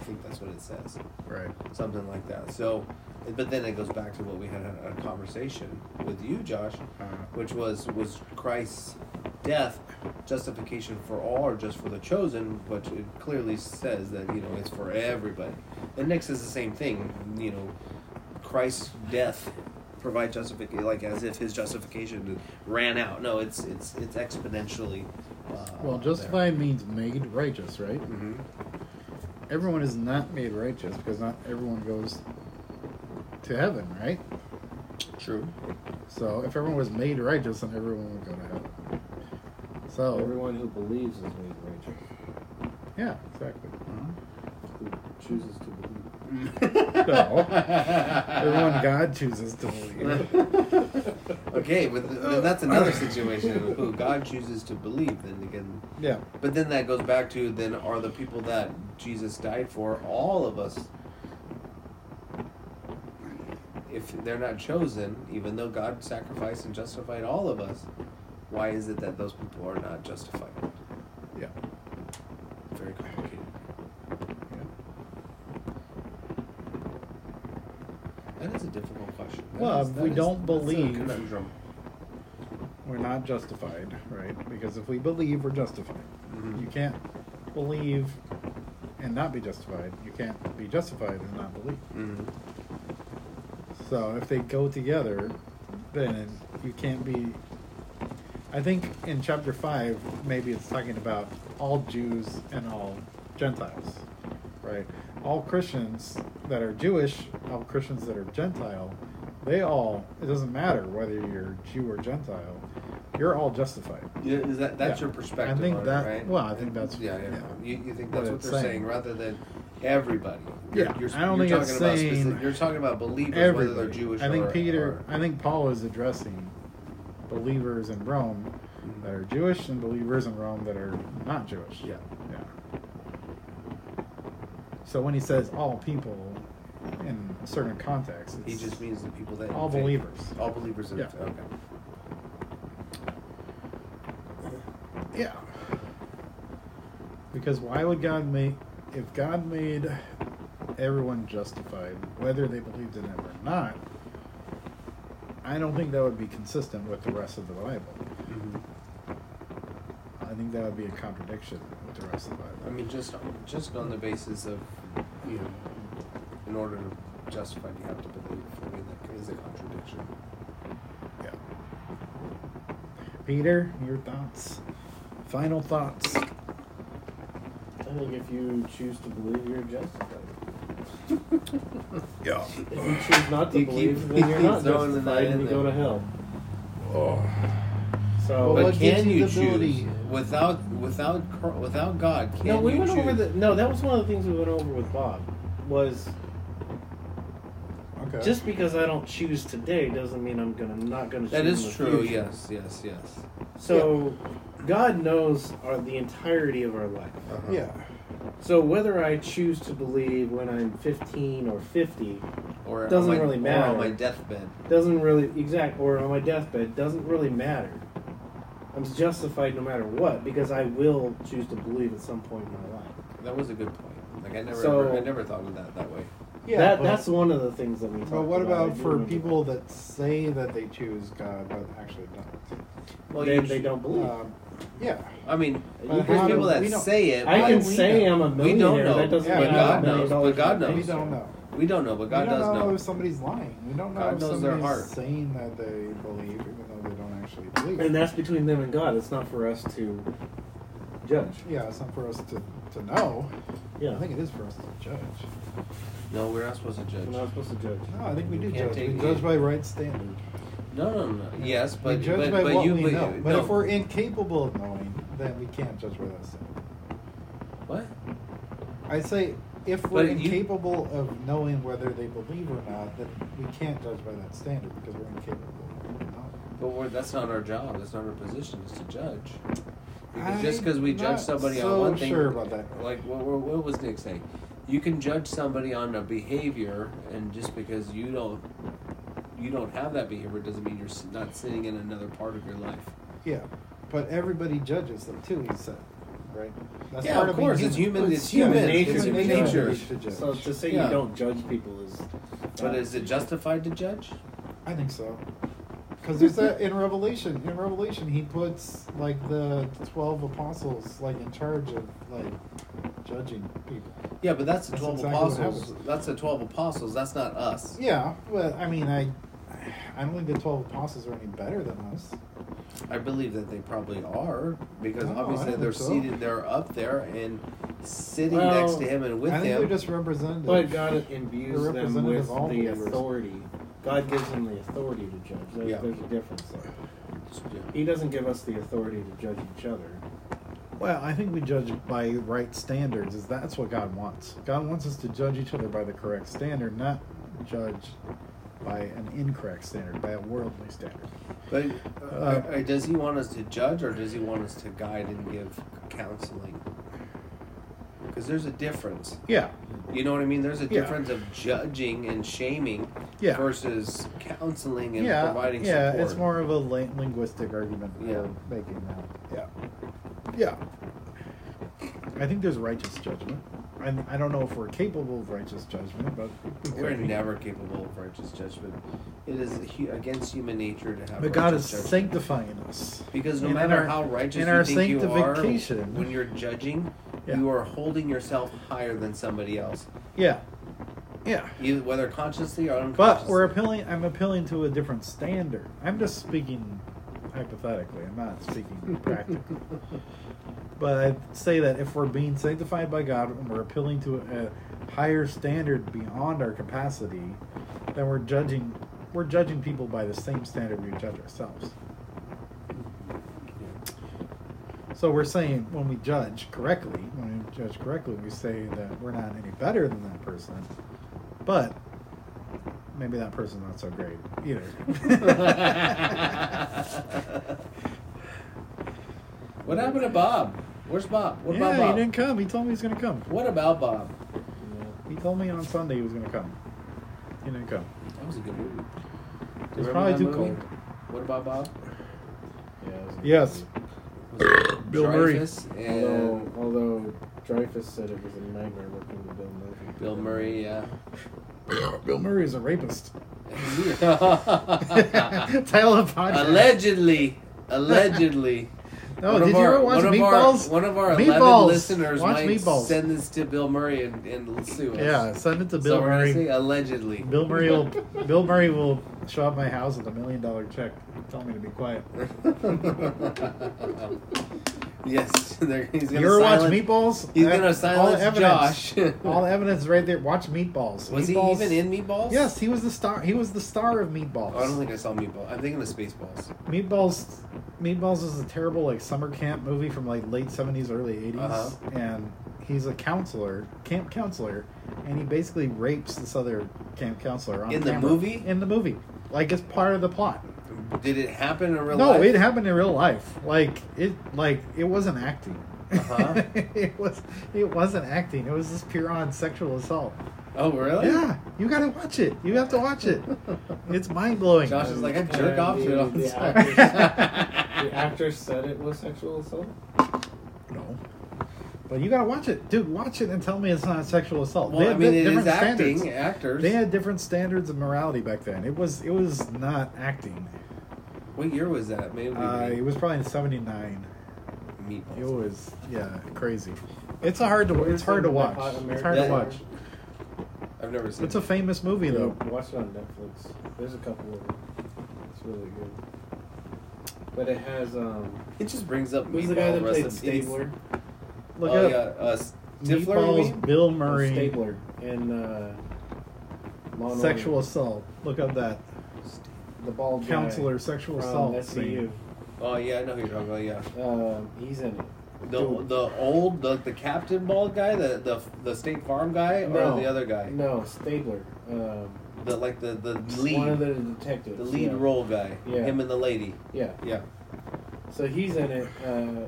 Speaker 2: I think that's what it says,
Speaker 4: Right.
Speaker 2: something like that. So, but then it goes back to what we had a, a conversation with you, Josh,
Speaker 4: Uh,
Speaker 2: which was was Christ's death justification for all or just for the chosen but it clearly says that you know it's for everybody and next is the same thing you know christ's death provide justification like as if his justification ran out no it's it's it's exponentially uh,
Speaker 4: well, justified means made righteous, right?
Speaker 2: hmm
Speaker 4: Everyone is not made righteous because not everyone goes to heaven, right?
Speaker 2: true
Speaker 4: So if everyone was made righteous, then everyone would go to heaven.
Speaker 2: Oh.
Speaker 4: So
Speaker 3: Everyone who believes is made righteous.
Speaker 4: yeah, exactly. Uh-huh.
Speaker 3: Who chooses to believe.
Speaker 4: [laughs] No.
Speaker 2: [laughs]
Speaker 4: Everyone God chooses to believe.
Speaker 2: okay but th- then that's another situation who god chooses to believe then again
Speaker 4: Yeah.
Speaker 2: But then that goes back to then are the people that Jesus died for all of us if they're not chosen, even though God sacrificed and justified all of us, why is it that those people are not justified?
Speaker 4: Yeah.
Speaker 2: Very complicated. That is a difficult question. That
Speaker 4: Well,
Speaker 2: is-
Speaker 4: if
Speaker 2: that
Speaker 4: we
Speaker 2: is-
Speaker 4: don't
Speaker 2: that's a
Speaker 4: believe-
Speaker 2: conundrum.
Speaker 4: We're not justified, right? Because if we believe, we're justified.
Speaker 2: Mhm.
Speaker 4: You can't believe and not be justified. You can't be justified and not believe.
Speaker 2: Mhm.
Speaker 4: So if they go together, then you can't be. I think in chapter 5, maybe it's talking about all Jews and all Gentiles, right? All Christians that are Jewish, all Christians that are Gentile They all, it doesn't matter whether you're Jew or Gentile, you're all justified.
Speaker 2: Yeah, is that that's
Speaker 4: Yeah.
Speaker 2: your perspective?
Speaker 4: I think
Speaker 2: on it,
Speaker 4: that-
Speaker 2: right?
Speaker 4: well, I think that's-
Speaker 2: yeah, yeah.
Speaker 4: yeah.
Speaker 2: You, you think
Speaker 4: What
Speaker 2: that's what,
Speaker 4: it's
Speaker 2: they're saying.
Speaker 4: saying.
Speaker 2: rather than everybody.
Speaker 4: Yeah, I don't think it's
Speaker 2: about
Speaker 4: saying
Speaker 2: specific- you're talking about believers,
Speaker 4: Everybody.
Speaker 2: whether they're Jewish.
Speaker 4: I think
Speaker 2: or-
Speaker 4: Peter,
Speaker 2: or-
Speaker 4: I think Paul is addressing believers in Rome that are Jewish and believers in Rome that are not Jewish.
Speaker 2: yeah,
Speaker 4: Yeah. So when he says all people in a certain context,
Speaker 2: he
Speaker 4: it's
Speaker 2: just means the people that
Speaker 4: all
Speaker 2: think-
Speaker 4: believers.
Speaker 2: All believers. In
Speaker 4: Yeah.
Speaker 2: Okay.
Speaker 4: Yeah. Because why would God make if God made everyone justified, whether they believed in him or not, I don't think that would be consistent with the rest of the Bible.
Speaker 2: Mhm.
Speaker 4: I think that would be a contradiction with the rest of the
Speaker 2: I
Speaker 4: Bible.
Speaker 2: mean, just just on the basis of you know, in order to justify, you have to believe. I mean, that is a contradiction.
Speaker 4: Yeah. Peter, your thoughts. Final thoughts.
Speaker 3: I think if you choose to believe, you're justified.
Speaker 1: Yeah.
Speaker 3: If you choose not to
Speaker 2: You keep-
Speaker 3: believe,
Speaker 2: you
Speaker 3: then you're
Speaker 2: keep
Speaker 3: not
Speaker 2: [laughs] throwing that
Speaker 3: justified,
Speaker 2: in
Speaker 3: and you go
Speaker 2: there.
Speaker 3: to hell.
Speaker 1: Oh.
Speaker 3: So,
Speaker 2: but
Speaker 1: what gives
Speaker 2: can
Speaker 1: you
Speaker 2: you
Speaker 1: the
Speaker 2: choose
Speaker 1: ability?
Speaker 2: without without cr- without God? Can
Speaker 3: no, we
Speaker 2: you
Speaker 3: went
Speaker 2: choose?
Speaker 3: over the. No, that was one of the things we went over with Bob. Was
Speaker 4: Okay.
Speaker 3: just because I don't choose today doesn't mean I'm gonna not gonna.
Speaker 2: That
Speaker 3: choose in
Speaker 2: is
Speaker 3: the
Speaker 2: true.
Speaker 3: future.
Speaker 2: Yes, yes, yes.
Speaker 3: So, God knows our, the entirety of our life.
Speaker 2: Uh-huh.
Speaker 1: Yeah.
Speaker 3: So whether I choose to believe when I'm 15 or 50
Speaker 2: Or on
Speaker 3: Doesn't
Speaker 2: my,
Speaker 3: really
Speaker 2: Or
Speaker 3: matter.
Speaker 2: on my deathbed.
Speaker 3: doesn't really exact or on my deathbed doesn't really matter. I'm justified no matter what because I will choose to believe at some point in my life.
Speaker 2: That was a good point. Like I never,
Speaker 3: So-
Speaker 2: ever, I never thought of that that way.
Speaker 4: Yeah,
Speaker 3: that,
Speaker 4: but-
Speaker 3: that's one of the things that we. talked
Speaker 4: But what
Speaker 3: about I
Speaker 4: about
Speaker 3: do
Speaker 4: for
Speaker 3: remember
Speaker 4: people that say that they choose God but actually don't?
Speaker 3: Well,
Speaker 2: you
Speaker 3: then they
Speaker 2: sh-
Speaker 3: don't believe.
Speaker 4: Um, yeah.
Speaker 2: I mean,
Speaker 3: You
Speaker 2: there's
Speaker 4: how
Speaker 3: can-
Speaker 4: do-
Speaker 2: people that
Speaker 4: we don't-
Speaker 2: say it.
Speaker 3: I
Speaker 2: but
Speaker 3: can
Speaker 4: we
Speaker 3: say
Speaker 4: know.
Speaker 3: I'm a
Speaker 2: We don't
Speaker 3: millionaire.
Speaker 2: know,
Speaker 3: That doesn't
Speaker 4: Yeah,
Speaker 3: mean
Speaker 4: but
Speaker 3: I'm a
Speaker 4: God
Speaker 3: million
Speaker 2: knows,
Speaker 3: dollars
Speaker 2: but God
Speaker 3: in my
Speaker 2: knows.
Speaker 4: We
Speaker 3: bank
Speaker 4: don't know.
Speaker 2: we don't know, but God
Speaker 4: we don't
Speaker 2: does
Speaker 4: know,
Speaker 2: know.
Speaker 4: if somebody's lying. We don't know
Speaker 2: God
Speaker 4: if
Speaker 2: knows
Speaker 4: somebody's
Speaker 2: their heart.
Speaker 4: saying that they believe, even though they don't actually believe.
Speaker 3: And that's between them and God. It's not for us to judge.
Speaker 4: yeah, it's not for us to, to know.
Speaker 3: Yeah,
Speaker 4: I think it is for us to judge.
Speaker 2: No, we're not supposed to judge.
Speaker 3: we're
Speaker 2: No,
Speaker 3: not supposed to judge.
Speaker 4: No, I think we
Speaker 2: You
Speaker 4: do
Speaker 2: can't
Speaker 4: judge.
Speaker 2: take
Speaker 4: We
Speaker 2: the-
Speaker 4: judge by right standard.
Speaker 2: no, no. Yes, but
Speaker 4: we judge
Speaker 2: but,
Speaker 4: by
Speaker 2: but
Speaker 4: what
Speaker 2: you
Speaker 4: we
Speaker 2: but,
Speaker 4: know. But
Speaker 2: no.
Speaker 4: if we're incapable of knowing, then we can't judge by that standard.
Speaker 2: what?
Speaker 4: I say if we're
Speaker 2: But you-
Speaker 4: incapable of knowing whether they believe or not, then we can't judge by that standard because we're incapable of knowing.
Speaker 2: But we're, that's not our job. That's not our position. Is to judge. Because
Speaker 4: I'm
Speaker 2: just because we
Speaker 4: not
Speaker 2: judge somebody
Speaker 4: so
Speaker 2: on one thing,
Speaker 4: sure about that.
Speaker 2: like what, what, what was Nick saying? You can judge somebody on a behavior, and just because you don't you don't have that behavior doesn't mean you're s- not sitting in another part of your life.
Speaker 4: Yeah, but everybody judges them too. He said, right? That's
Speaker 2: Yeah, of
Speaker 4: being
Speaker 2: course, it's human- it's
Speaker 3: human nature,
Speaker 4: It's
Speaker 3: it's
Speaker 4: human
Speaker 3: nature.
Speaker 4: nature. to judge.
Speaker 3: So to say
Speaker 2: Yeah.
Speaker 3: you don't judge people is.
Speaker 2: But is it justified to judge?
Speaker 4: I think so. Because there's that in Revelation. In Revelation, he puts like the twelve apostles like in charge of like judging people.
Speaker 2: Yeah, but that's the
Speaker 4: That's
Speaker 2: twelve
Speaker 4: exactly what
Speaker 2: apostles.
Speaker 4: happens.
Speaker 2: That's the twelve apostles. That's not us.
Speaker 4: Yeah, but I mean, I, I don't think the twelve apostles are any better than us.
Speaker 2: I believe that they probably are because
Speaker 4: No, I
Speaker 2: obviously
Speaker 4: don't
Speaker 2: they're
Speaker 4: think so.
Speaker 2: seated, they're up there and sitting
Speaker 3: Well,
Speaker 2: next to him and with
Speaker 4: I think
Speaker 2: him.
Speaker 4: they're just representative.
Speaker 3: But God imbues them
Speaker 4: representative
Speaker 3: with
Speaker 4: of all
Speaker 3: the
Speaker 4: believers.
Speaker 3: authority. God gives them the authority to judge. There's,
Speaker 2: Yeah.
Speaker 3: there's a difference there.
Speaker 2: Yeah.
Speaker 3: He doesn't give us the authority to judge each other.
Speaker 4: Well, I think we judge by right standards. Is that's what God wants? God wants us to judge each other by the correct standard, not judge by an incorrect standard, by a worldly standard.
Speaker 2: But uh,
Speaker 4: Uh,
Speaker 2: uh, does he want us to judge, or does he want us to guide and give counseling? Because there's a difference.
Speaker 4: Yeah,
Speaker 2: You know what I mean? There's a
Speaker 4: Yeah.
Speaker 2: difference of judging and shaming
Speaker 4: Yeah.
Speaker 2: versus counseling and
Speaker 4: yeah,
Speaker 2: providing
Speaker 4: yeah.
Speaker 2: support.
Speaker 4: It's more of a lin- linguistic argument
Speaker 2: Yeah.
Speaker 4: we're making now. Yeah, yeah. I think there's righteous judgment. I, I don't know if we're capable of righteous judgment, but we
Speaker 2: We're
Speaker 4: could be.
Speaker 2: never capable of righteous judgment. It is hu- against human nature to have.
Speaker 4: But God is
Speaker 2: righteous judgment.
Speaker 4: sanctifying us.
Speaker 2: Because no
Speaker 4: And in
Speaker 2: matter
Speaker 4: our-
Speaker 2: how righteous
Speaker 4: in
Speaker 2: you
Speaker 4: our
Speaker 2: think you are,
Speaker 4: sanctification.
Speaker 2: when you're judging,
Speaker 4: Yeah.
Speaker 2: you are holding yourself higher than somebody else,
Speaker 4: Yeah, yeah.
Speaker 2: either whether consciously or unconsciously.
Speaker 4: But we're appealing. I'm appealing to a different standard. I'm just speaking hypothetically. I'm not
Speaker 2: [laughs]
Speaker 4: speaking practically. But I say that if we're being sanctified by God and we're appealing to a higher standard beyond our capacity, then we're judging we're judging people by the same standard we judge ourselves. So we're saying when we judge correctly, when we judge correctly, we say that we're not any better than that person, but maybe that person's not so great either.
Speaker 2: What happened to Bob? Where's Bob? [laughs] What
Speaker 4: yeah,
Speaker 2: about Bob?
Speaker 4: he didn't come. He told me he's gonna come.
Speaker 2: What about Bob?
Speaker 3: Yeah.
Speaker 4: He told me on Sunday he was gonna come. He didn't come.
Speaker 2: That was a good movie.
Speaker 4: It
Speaker 2: Do you
Speaker 4: was
Speaker 2: remember
Speaker 4: probably
Speaker 2: that
Speaker 4: too
Speaker 2: movie?
Speaker 4: cold.
Speaker 2: What about Bob?
Speaker 3: Yeah, it was a
Speaker 4: Yes.
Speaker 3: good
Speaker 4: Bill Murray.
Speaker 2: Dreyfus
Speaker 3: movie.
Speaker 2: And
Speaker 3: Although, although Dreyfus said it was a nightmare working with Bill Murray.
Speaker 2: Bill Murray. Yeah.
Speaker 4: Bill Murray is a
Speaker 2: [laughs]
Speaker 4: rapist. [laughs]
Speaker 2: Allegedly. [laughs]
Speaker 4: Title of podcast.
Speaker 2: Allegedly.
Speaker 4: [laughs] No,
Speaker 2: One of
Speaker 4: did you ever
Speaker 2: our-
Speaker 4: watch
Speaker 2: one
Speaker 4: Meatballs?
Speaker 2: Of our, one of our 11
Speaker 4: Meatballs.
Speaker 2: listeners
Speaker 4: Watch
Speaker 2: might
Speaker 4: Meatballs.
Speaker 2: send this to Bill Murray and, and sue us.
Speaker 4: yeah, send it to
Speaker 2: So
Speaker 4: Bill
Speaker 2: we're gonna say uh,
Speaker 4: Murray.
Speaker 2: allegedly.
Speaker 4: Bill Murray will Bill Murray will show up at my house with a million dollar check. Tell me to be quiet.
Speaker 2: [laughs] yes, [laughs] there- he's
Speaker 4: You
Speaker 2: gonna.
Speaker 4: ever watch
Speaker 2: silence-
Speaker 4: Meatballs?
Speaker 2: He's
Speaker 4: Uh,
Speaker 2: gonna silence
Speaker 4: evidence,
Speaker 2: Josh.
Speaker 4: [laughs] all the evidence right there. Watch Meatballs.
Speaker 2: Was
Speaker 4: Meatballs-
Speaker 2: he even in Meatballs?
Speaker 4: Yes, he was the star. He was the star of Meatballs.
Speaker 2: Oh, I don't think I saw Meatballs. I'm thinking of Spaceballs.
Speaker 4: Meatballs, Meatballs is a terrible like summer camp movie from like late seventies, early 80s
Speaker 2: Uh-huh.
Speaker 4: and he's a counselor, camp counselor, and he basically rapes this other camp counselor on
Speaker 2: In the
Speaker 4: camera.
Speaker 2: movie?
Speaker 4: In the movie, like it's part of the plot.
Speaker 2: Did it happen in real
Speaker 4: no,
Speaker 2: life?
Speaker 4: it happened in real life. Like it, like it wasn't acting.
Speaker 2: Uh-huh.
Speaker 4: [laughs] it was, it wasn't acting. It was just pure on sexual assault.
Speaker 2: Oh, really?
Speaker 4: Yeah, you gotta watch it. You have to watch
Speaker 2: [laughs]
Speaker 4: it. It's mind blowing. [laughs]
Speaker 2: Josh is like, I jerk
Speaker 3: And
Speaker 2: off to it
Speaker 3: the- [laughs]
Speaker 2: all the
Speaker 3: the
Speaker 2: time.
Speaker 3: The actor said it was sexual assault.
Speaker 4: No. But you gotta watch it, dude. Watch it and tell me it's not sexual assault.
Speaker 2: Well, I mean,
Speaker 4: di-
Speaker 2: it is
Speaker 4: standards.
Speaker 2: acting. Actors.
Speaker 4: They had different standards of morality back then. It was it was not acting.
Speaker 2: What year was that? Maybe we
Speaker 4: Uh, it was probably in '79. It
Speaker 2: Meatballs.
Speaker 4: was yeah, crazy. It's a hard to it's hard to watch. It's hard to
Speaker 2: Yeah.
Speaker 4: watch.
Speaker 2: I've never seen.
Speaker 4: It's a famous movie
Speaker 3: You
Speaker 4: though.
Speaker 3: know, watch it on Netflix. There's a couple of them. It's really good. But it has um.
Speaker 2: it just brings up
Speaker 3: Who's
Speaker 2: meatball
Speaker 3: the guy that
Speaker 2: rest
Speaker 3: played
Speaker 2: of states.
Speaker 3: Stabler?
Speaker 4: Look
Speaker 2: oh,
Speaker 4: up
Speaker 2: yeah, uh, Stifler. you mean?
Speaker 4: Meatballs, Bill Murray,
Speaker 3: Stabler in uh, Law and
Speaker 4: sexual
Speaker 3: Order.
Speaker 4: assault. Look up that
Speaker 3: the bald guy
Speaker 4: counselor sexual
Speaker 3: from
Speaker 4: assault.
Speaker 3: SVU.
Speaker 4: scene.
Speaker 2: Oh yeah, I know who you're talking about. Yeah,
Speaker 3: Um, he's in it.
Speaker 2: the
Speaker 3: Dude.
Speaker 2: the old the, the captain bald guy, the the the State Farm guy, or
Speaker 3: No.
Speaker 2: the other guy,
Speaker 3: No, Stabler. Um,
Speaker 2: the like the the
Speaker 3: one of
Speaker 2: lead
Speaker 3: the detectives.
Speaker 2: the lead
Speaker 3: yeah.
Speaker 2: role guy.
Speaker 3: Yeah.
Speaker 2: him and the lady.
Speaker 3: Yeah.
Speaker 2: Yeah,
Speaker 3: So he's in it. Uh,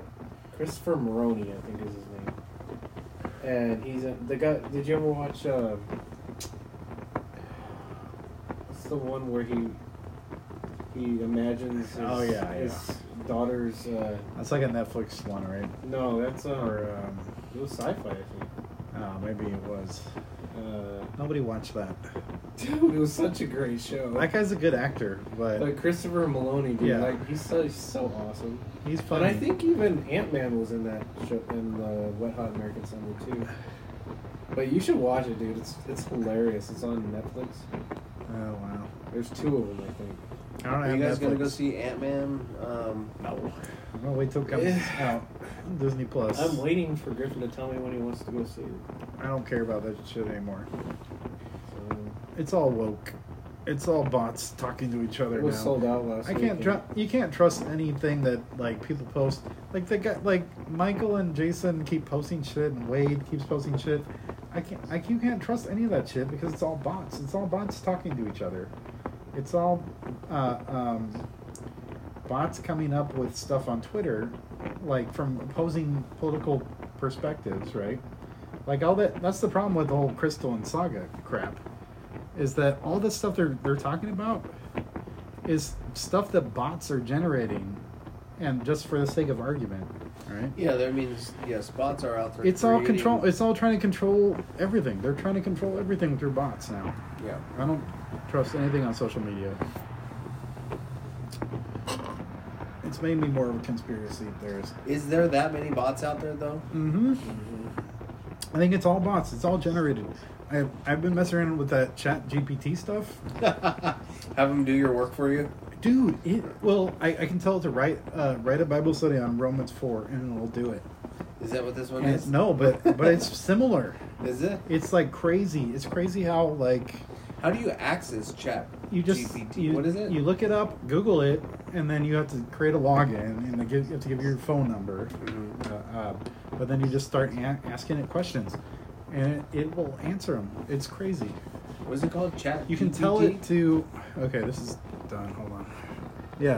Speaker 3: Christopher Maroney, I think is his name. And he's in the guy. Did you ever watch? Uh, it's the one where he he imagines his,
Speaker 4: Oh, yeah,
Speaker 3: his daughter's. Uh,
Speaker 4: That's like a Netflix one, right?
Speaker 3: no, that's uh,
Speaker 4: Or um,
Speaker 3: it was sci-fi. I think.
Speaker 4: oh, maybe it was.
Speaker 3: Uh, [laughs]
Speaker 4: Nobody watched that.
Speaker 3: dude, it was such a great show.
Speaker 4: That guy's a good actor, but
Speaker 3: Like Christopher Maloney, dude,
Speaker 4: Yeah.
Speaker 3: like he's so, he's so awesome.
Speaker 4: he's
Speaker 3: But
Speaker 4: funny.
Speaker 3: I think even Ant Man was in that show in the Wet Hot American Summer too. But you should watch it, dude. It's it's hilarious. It's on Netflix.
Speaker 4: Oh wow!
Speaker 3: There's two of them, I think.
Speaker 4: I don't
Speaker 2: are
Speaker 4: have
Speaker 2: you guys
Speaker 4: Netflix.
Speaker 2: gonna go see Ant Man? Um, no.
Speaker 4: I'm gonna wait till
Speaker 3: [sighs]
Speaker 4: it comes
Speaker 3: Yeah.
Speaker 4: out. Disney Plus.
Speaker 3: I'm waiting for Griffin to tell me when he wants to go see it.
Speaker 4: I don't care about that shit anymore.
Speaker 3: So,
Speaker 4: It's all woke. It's all bots talking to each other
Speaker 3: it was
Speaker 4: now.
Speaker 3: sold out last.
Speaker 4: I can't
Speaker 3: weekend.
Speaker 4: trust. You can't trust anything that like people post. Like they got like Michael and Jason keep posting shit, and Wade keeps posting shit. I can't. I you can't trust any of that shit because it's all bots. It's all bots talking to each other. It's all uh, um, bots coming up with stuff on Twitter, like from opposing political perspectives, right? Like all that. That's the problem with the whole Crystal and Saga crap, is that all the stuff they're they're talking about is stuff that bots are generating, and just for the sake of argument, right?
Speaker 2: Yeah, there means yeah, spots are out there.
Speaker 4: It's all
Speaker 2: creating-
Speaker 4: control. It's all trying to control everything. They're trying to control everything with their bots now.
Speaker 2: yeah.
Speaker 4: I don't trust anything on social media. It's made me more of a conspiracy theorist.
Speaker 2: Is there that many bots out there though? [laughs]
Speaker 4: Mm-hmm.
Speaker 3: Mhm.
Speaker 4: I think it's all bots. It's all generated. I've, I've been messing around with that chat GPT stuff.
Speaker 2: Have them do your work for you.
Speaker 4: Dude, it, well, I, I can tell it to write uh, write a Bible study on Romans 4 and it'll do it.
Speaker 2: Is that what this one
Speaker 4: And-
Speaker 2: is? [laughs]
Speaker 4: no, but but it's similar.
Speaker 2: Is it?
Speaker 4: It's like crazy. It's crazy how like
Speaker 2: How do you access chat?
Speaker 4: You just
Speaker 2: GPT?
Speaker 4: you,
Speaker 2: what is it?
Speaker 4: You look it up, Google it, and then you have to create a login, and they give, you have to give your phone number.
Speaker 2: Mhm.
Speaker 4: Uh, uh, but then you just start a- asking it questions, and it, it will answer them. It's crazy.
Speaker 2: What is it called? Chat.
Speaker 4: You can tell
Speaker 2: GPT?
Speaker 4: it to. Okay, this is done. Hold on. Yeah,